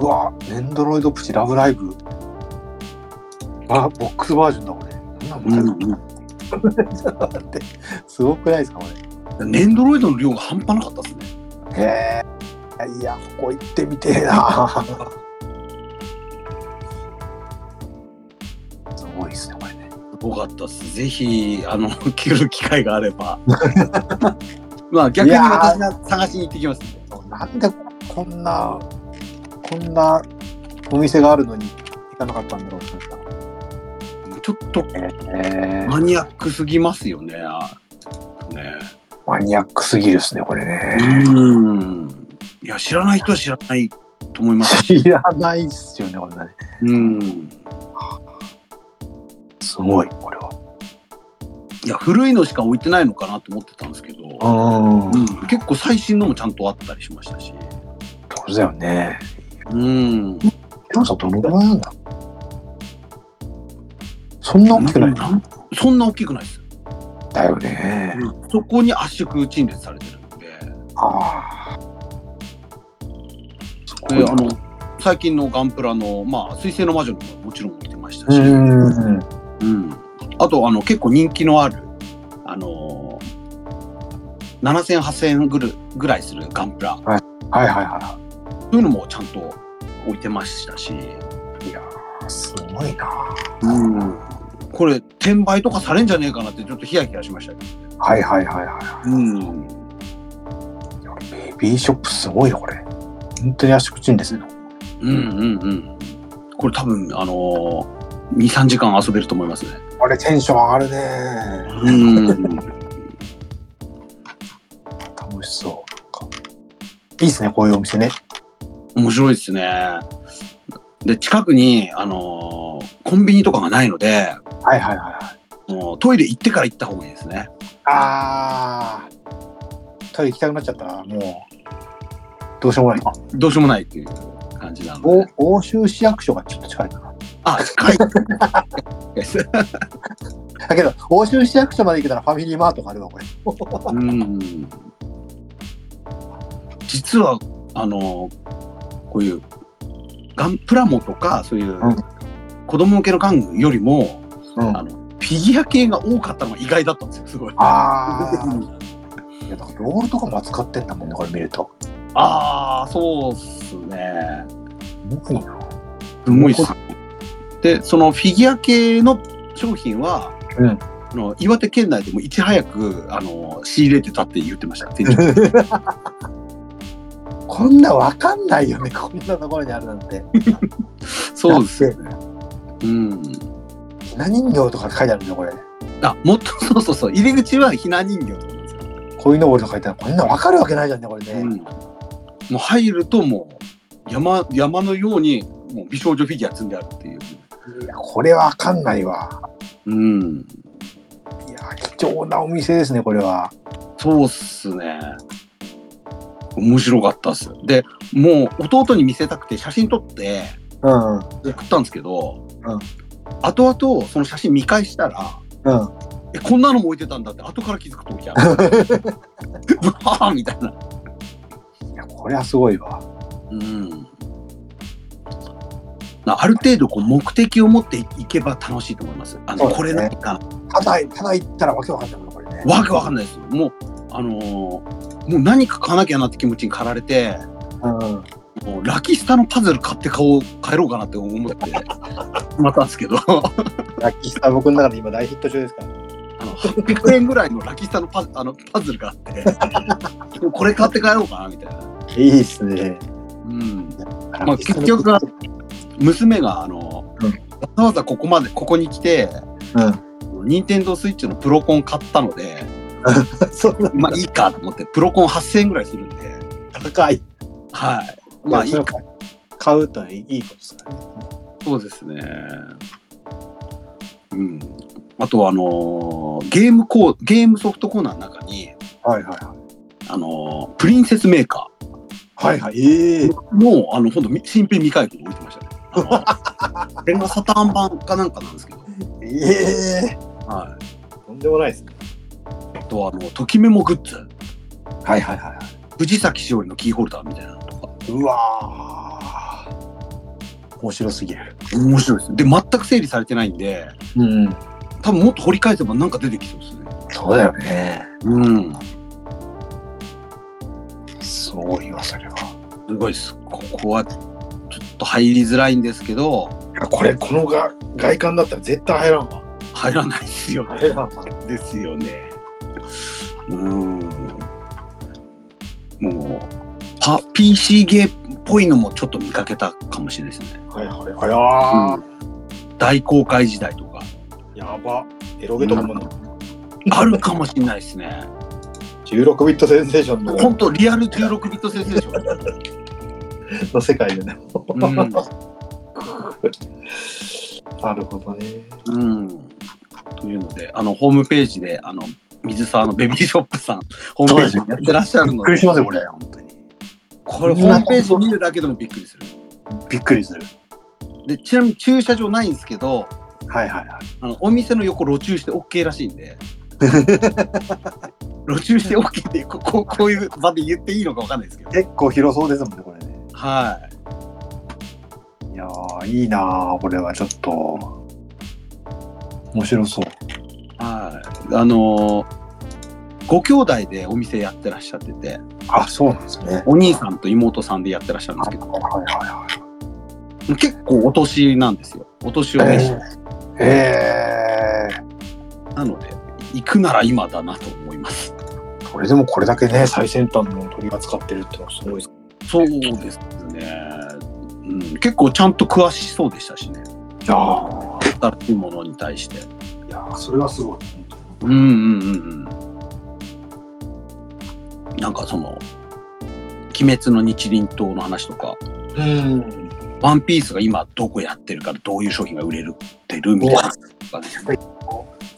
[SPEAKER 2] うわ、エンドロイドプチラブライブ。あ、ボックスバージョンだ、これ。なんなんこれちょっと待って。すごくないですか、こ
[SPEAKER 1] エンドロイドの量が半端なかったですね。
[SPEAKER 2] れ。へえ。いや、ここ行ってみてえな。 すごいですね、これね。
[SPEAKER 1] すごかったです。ぜひ、あの、 着る機会があれば。 まあ、逆に私が探しに行ってきますんで。
[SPEAKER 2] なんでこんな、こんなお店があるのに行かなかったんだろうって思っ
[SPEAKER 1] ちょっと
[SPEAKER 2] た。え
[SPEAKER 1] マニアックすぎますよね。あね
[SPEAKER 2] マニアックすぎるですね、これね。
[SPEAKER 1] うん。いや、知らない人は知らないと思い ます。
[SPEAKER 2] 知らないっすよね、こんなね。
[SPEAKER 1] うん。
[SPEAKER 2] すごい、これは。
[SPEAKER 1] いや、古いのしか置いてないのかなと思ってたんですけど、
[SPEAKER 2] う。
[SPEAKER 1] うんん、結構最新のもちゃんとあったりしましたし。
[SPEAKER 2] そうだよね。
[SPEAKER 1] うん。
[SPEAKER 2] 広さどのぐらいなんだろうそんな大きくないん
[SPEAKER 1] んそんな大きくないです。
[SPEAKER 2] だよね。
[SPEAKER 1] そこに圧縮陳列されてるんで、
[SPEAKER 2] ああ。すごい
[SPEAKER 1] であ
[SPEAKER 2] な
[SPEAKER 1] の最近のガンプラの、まあ、水星の魔女にももちろん置いてました
[SPEAKER 2] う
[SPEAKER 1] し、うん
[SPEAKER 2] ん。
[SPEAKER 1] あとあの結構人気のある、あのー、7000、8000円ぐるぐらいするガンプラ、
[SPEAKER 2] はいはいは
[SPEAKER 1] そういうのもちゃんと置いてましたし、
[SPEAKER 2] い。いやーすごいな。
[SPEAKER 1] うん、これ、転売とかされんじゃねえかなって、ちょっとヒヤヒヤしましたけ
[SPEAKER 2] はいはいはいは
[SPEAKER 1] ど。うん。
[SPEAKER 2] い。ベビーショップすごいよ、これ。本当に足口んですよ。
[SPEAKER 1] うんうんうん。これ多分、あのー、2、3時間遊べると思いますね。
[SPEAKER 2] あれ、テンション上がるね。
[SPEAKER 1] うん。
[SPEAKER 2] 楽しそう。いいですね、こういうお店ね。
[SPEAKER 1] 面白いですね。で、近くに、あのーコンビニとかがないので、
[SPEAKER 2] はいはいはいはい。
[SPEAKER 1] もうトイレ行ってから行った方がいいですね。
[SPEAKER 2] あー。トイレ行きたくなっちゃったな、もう。どうしようもない。
[SPEAKER 1] どうしようもないっていう感じなので。
[SPEAKER 2] お欧州市役所がちょっと近いかな。
[SPEAKER 1] あ、近い。
[SPEAKER 2] だけど、欧州市役所まで行けたらファミリーマートがあるわ、これ。
[SPEAKER 1] うん。実は、あのーこういう、ガンプラモとか、そういう
[SPEAKER 2] うん、
[SPEAKER 1] 子供向けの玩具よりも、
[SPEAKER 2] うん
[SPEAKER 1] あのフィギュア系が多かったのが意外だったんですよ、すごい。
[SPEAKER 2] あー。いやだからロールとかも扱ってんだもんね、これ見ると。
[SPEAKER 1] ああ、そうっすね。
[SPEAKER 2] すごいな
[SPEAKER 1] すごいっすね。で、そのフィギュア系の商品は、
[SPEAKER 2] うん
[SPEAKER 1] あの岩手県内でもいち早くあの仕入れてたって言って ました、店長
[SPEAKER 2] こんなわかんないよね、こんなところにあるなんて。
[SPEAKER 1] そうです。
[SPEAKER 2] だっ
[SPEAKER 1] うん。
[SPEAKER 2] て。ひな人形とか書いてあるんだよ、これ。
[SPEAKER 1] あ、もっと、そうそうそう、入り口はひな人形とかなんですよ。
[SPEAKER 2] こいのぼりとか書いてある。こんなわかるわけないじゃんね、これね。
[SPEAKER 1] うん。もう入るともう山、山のように、もう美少女フィギュア積んであるっていう。
[SPEAKER 2] いや、これわかんないわ。
[SPEAKER 1] うん。
[SPEAKER 2] いや、貴重なお店ですね、これは。
[SPEAKER 1] そうっすね。面白かったっす。で、もう弟に見せたくて写真撮って
[SPEAKER 2] うん。
[SPEAKER 1] 送ったんですけど、
[SPEAKER 2] うん
[SPEAKER 1] 後々その写真見返したら、
[SPEAKER 2] うん。
[SPEAKER 1] え、こんなのも置いてたんだって後から気づくときあ る。わあみたいな。
[SPEAKER 2] いや、これはすごいわ。
[SPEAKER 1] うん。なある程度こう目的を持っていけば楽しいと思います。あの、
[SPEAKER 2] そうです
[SPEAKER 1] これな
[SPEAKER 2] ね
[SPEAKER 1] んか、
[SPEAKER 2] ただ、ただ行ったらわけわかんないもんね、これね。
[SPEAKER 1] わけわかんないですよ。もう、あのーもう何か買わなきゃなって気持ちに駆られて、
[SPEAKER 2] うん。
[SPEAKER 1] もうラキスタのパズル買って買おう帰ろうかなって思ってまたんですけどあ
[SPEAKER 2] ラッキースター僕の中で今大ヒット中ですから。
[SPEAKER 1] の800円ぐらいのラキスタのパあのパズルがあってこれ買って帰ろうかなみたいな、
[SPEAKER 2] いいっすね。
[SPEAKER 1] うん、
[SPEAKER 2] ま
[SPEAKER 1] あ結局は娘があの、
[SPEAKER 2] うん
[SPEAKER 1] わざわざここまでここに来て
[SPEAKER 2] うん。
[SPEAKER 1] 任天堂スイッチのプロコン買ったので
[SPEAKER 2] そうなん
[SPEAKER 1] ま
[SPEAKER 2] だ
[SPEAKER 1] あいいかと思ってプロコン8000円ぐらいするんで
[SPEAKER 2] 高い。
[SPEAKER 1] はいまあいいか
[SPEAKER 2] か。買うといいことですからね。
[SPEAKER 1] そうですね。うん。あとはあのーゲームコー、ゲームソフトコーナーの中に、
[SPEAKER 2] はいはいはい。
[SPEAKER 1] あのープリンセスメーカ
[SPEAKER 2] はいはい。ええ
[SPEAKER 1] ーの、あの、ほんと、み新品未開封で置いてましたね。あのこれがサターン版かなんかなんですけど、
[SPEAKER 2] ええ
[SPEAKER 1] はい。
[SPEAKER 2] とんでもないですね。
[SPEAKER 1] あとは、あの、ときメモグッズ、
[SPEAKER 2] はいはいはいは
[SPEAKER 1] 藤崎しおりのキーホルダーみたいなのとか、
[SPEAKER 2] い。うわー面白すぎる。
[SPEAKER 1] 面白いですね。で、全く整理されてないんで、
[SPEAKER 2] うん。
[SPEAKER 1] 多分もっと掘り返せばなんか出てきそうですね。
[SPEAKER 2] そうだよね。
[SPEAKER 1] うん。
[SPEAKER 2] すごいわ、それは。
[SPEAKER 1] すごいです。ここは、ちょっと入りづらいんですけど、
[SPEAKER 2] いやこれ、このが外観だったら絶対入らんわ。
[SPEAKER 1] 入らないですよね。
[SPEAKER 2] 入らんわ。
[SPEAKER 1] ですよね。うーん。もう、パ PC ゲーっぽいのもちょっと見かけたかもしれないですね。
[SPEAKER 2] はいはいはい。あ
[SPEAKER 1] 大公開時代とか、
[SPEAKER 2] ーやば。エロゲとかも、
[SPEAKER 1] あるかもしれないです ね。
[SPEAKER 2] 16ビットセンセーションの
[SPEAKER 1] 本当リアル16ビット先生でしょ。
[SPEAKER 2] の世界でね。
[SPEAKER 1] うん
[SPEAKER 2] なるほどね。
[SPEAKER 1] うん。というので、あの、ホームページで、あの、水沢のベビーショップさん、ホームページやってらっしゃるので、
[SPEAKER 2] ますよ、これ。本当に。
[SPEAKER 1] これ、ホームページ見るだけでもびっくりする。
[SPEAKER 2] びっくりする。
[SPEAKER 1] で、ちなみに駐車場ないんですけど、
[SPEAKER 2] はいはいはい。
[SPEAKER 1] あのお店の横路駐して OK らしいん で路駐して OK ってこここういう場で言っていいのかわかんないですけど
[SPEAKER 2] 結構広そうですもんね、これね。
[SPEAKER 1] はい
[SPEAKER 2] やー、いいなー、これはちょっと。面白そう。
[SPEAKER 1] いはいあのーご兄弟でお店やってらっしゃってて
[SPEAKER 2] あ、そうなんですね。
[SPEAKER 1] お兄さんと妹さんでやってらっしゃるんです
[SPEAKER 2] はい
[SPEAKER 1] けど
[SPEAKER 2] は
[SPEAKER 1] 結構お年なんですよお年を
[SPEAKER 2] いはい。
[SPEAKER 1] 召し
[SPEAKER 2] えー、え
[SPEAKER 1] 行くなら今だなと思います。
[SPEAKER 2] それでもこれだけね、最先端の取り扱ってるってのはすごいです。
[SPEAKER 1] そうですね。うん、結構ちゃんと詳しそうでしたしね。
[SPEAKER 2] いやー
[SPEAKER 1] 新しいものに対して。
[SPEAKER 2] いやーそれはすごい。
[SPEAKER 1] うんうんうんうん。なんかその、鬼滅の日輪刀の話とか、
[SPEAKER 2] うん。
[SPEAKER 1] ワンピースが今どこやってるからどういう商品が売れるってるみたいなとかね。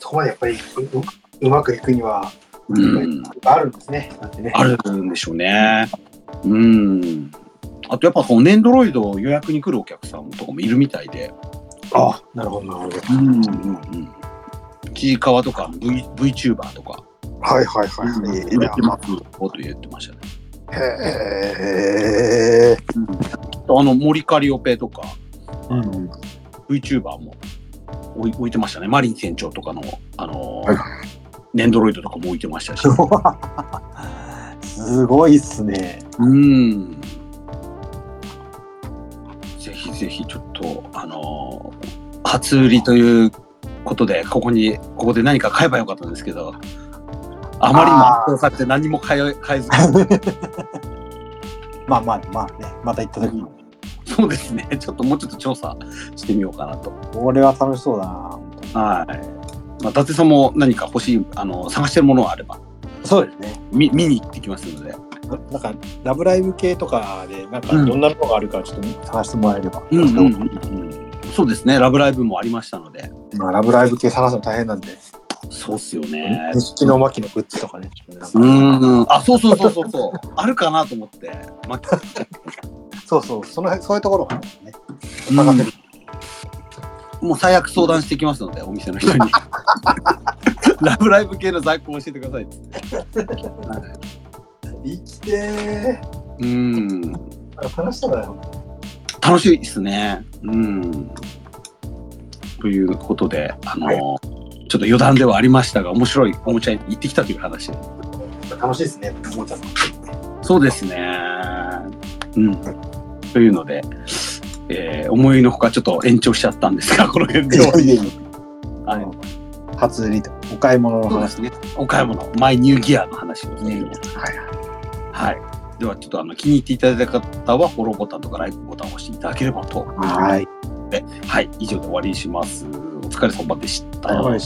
[SPEAKER 2] そこまでやっぱりううまくいくには、
[SPEAKER 1] うん。
[SPEAKER 2] あるんですね。だってね。
[SPEAKER 1] あるんでしょうね。うん。あとやっぱこのネンドロイドを予約に来るお客さんとかもいるみたいで、
[SPEAKER 2] あ、なるほど、なるほど。
[SPEAKER 1] うんうんうん。ちいかわとか v VTuber とか、
[SPEAKER 2] はいはいは
[SPEAKER 1] 売れてますよと言ってましたね。
[SPEAKER 2] へえ。
[SPEAKER 1] あの森カリオペとか
[SPEAKER 2] うん。
[SPEAKER 1] VTuber も置い置いてましたね。マリン船長とかの、あのー
[SPEAKER 2] はい
[SPEAKER 1] ネンドロイドとかも置いてましたし。
[SPEAKER 2] すごいっすね。
[SPEAKER 1] うん。ぜひぜひちょっと、あのー初売りということで、ここに、ここで何か買えばよかったんですけど、あまりにも圧倒されて何も買え買えず、
[SPEAKER 2] まあまあまあね、また行った時に。
[SPEAKER 1] そうですね、ちょっともうちょっと調査してみようかなと。
[SPEAKER 2] これは楽しそうだな。本当に
[SPEAKER 1] はい。まあ、伊達さんも何か欲しい、あの、探してるものがあれば、
[SPEAKER 2] そうですね。
[SPEAKER 1] 見見に行ってきますので。
[SPEAKER 2] ななんか、ラブライブ系とかで、なんか
[SPEAKER 1] うん
[SPEAKER 2] どんなのがあるかちょっと探してもらえれば。
[SPEAKER 1] そうですね、ラブライブもありましたので。
[SPEAKER 2] まあ、ラブライブ系探すの大変なんで、
[SPEAKER 1] そうっすよね。
[SPEAKER 2] 錦の巻のグッズとかね。
[SPEAKER 1] うーん、あ、そうそうそうそうそう、あるかなと思って。まあ、
[SPEAKER 2] そうそう、その辺そういうところがね。
[SPEAKER 1] うんもう最悪相談してきますので、お店の人に。 ラブライブ系の在庫を教えてくださいっつって。
[SPEAKER 2] 生きて
[SPEAKER 1] うん、
[SPEAKER 2] ー。楽しそうだよ。
[SPEAKER 1] 楽しいですね。うん。ということで、あのーちょっと余談ではありましたが、面白いおもちゃに行ってきたという話。
[SPEAKER 2] 楽しいですね。おもちゃの
[SPEAKER 1] そうですね。うん。というので、えー思いのほかちょっと延長しちゃったんですが、この辺で終わり。はい
[SPEAKER 2] 初売りとお買い物の
[SPEAKER 1] そうで
[SPEAKER 2] 話。
[SPEAKER 1] すね。お買い物、マイニューギアの話をね。
[SPEAKER 2] はいは
[SPEAKER 1] は
[SPEAKER 2] い。
[SPEAKER 1] い。では、ちょっとあの気に入っていただいた方は、フォローボタンとかライクボタンを押していただければと思います。
[SPEAKER 2] はい。
[SPEAKER 1] はい。以上で終わりにします。お疲れ様でした。
[SPEAKER 2] は
[SPEAKER 1] は
[SPEAKER 2] い。
[SPEAKER 1] い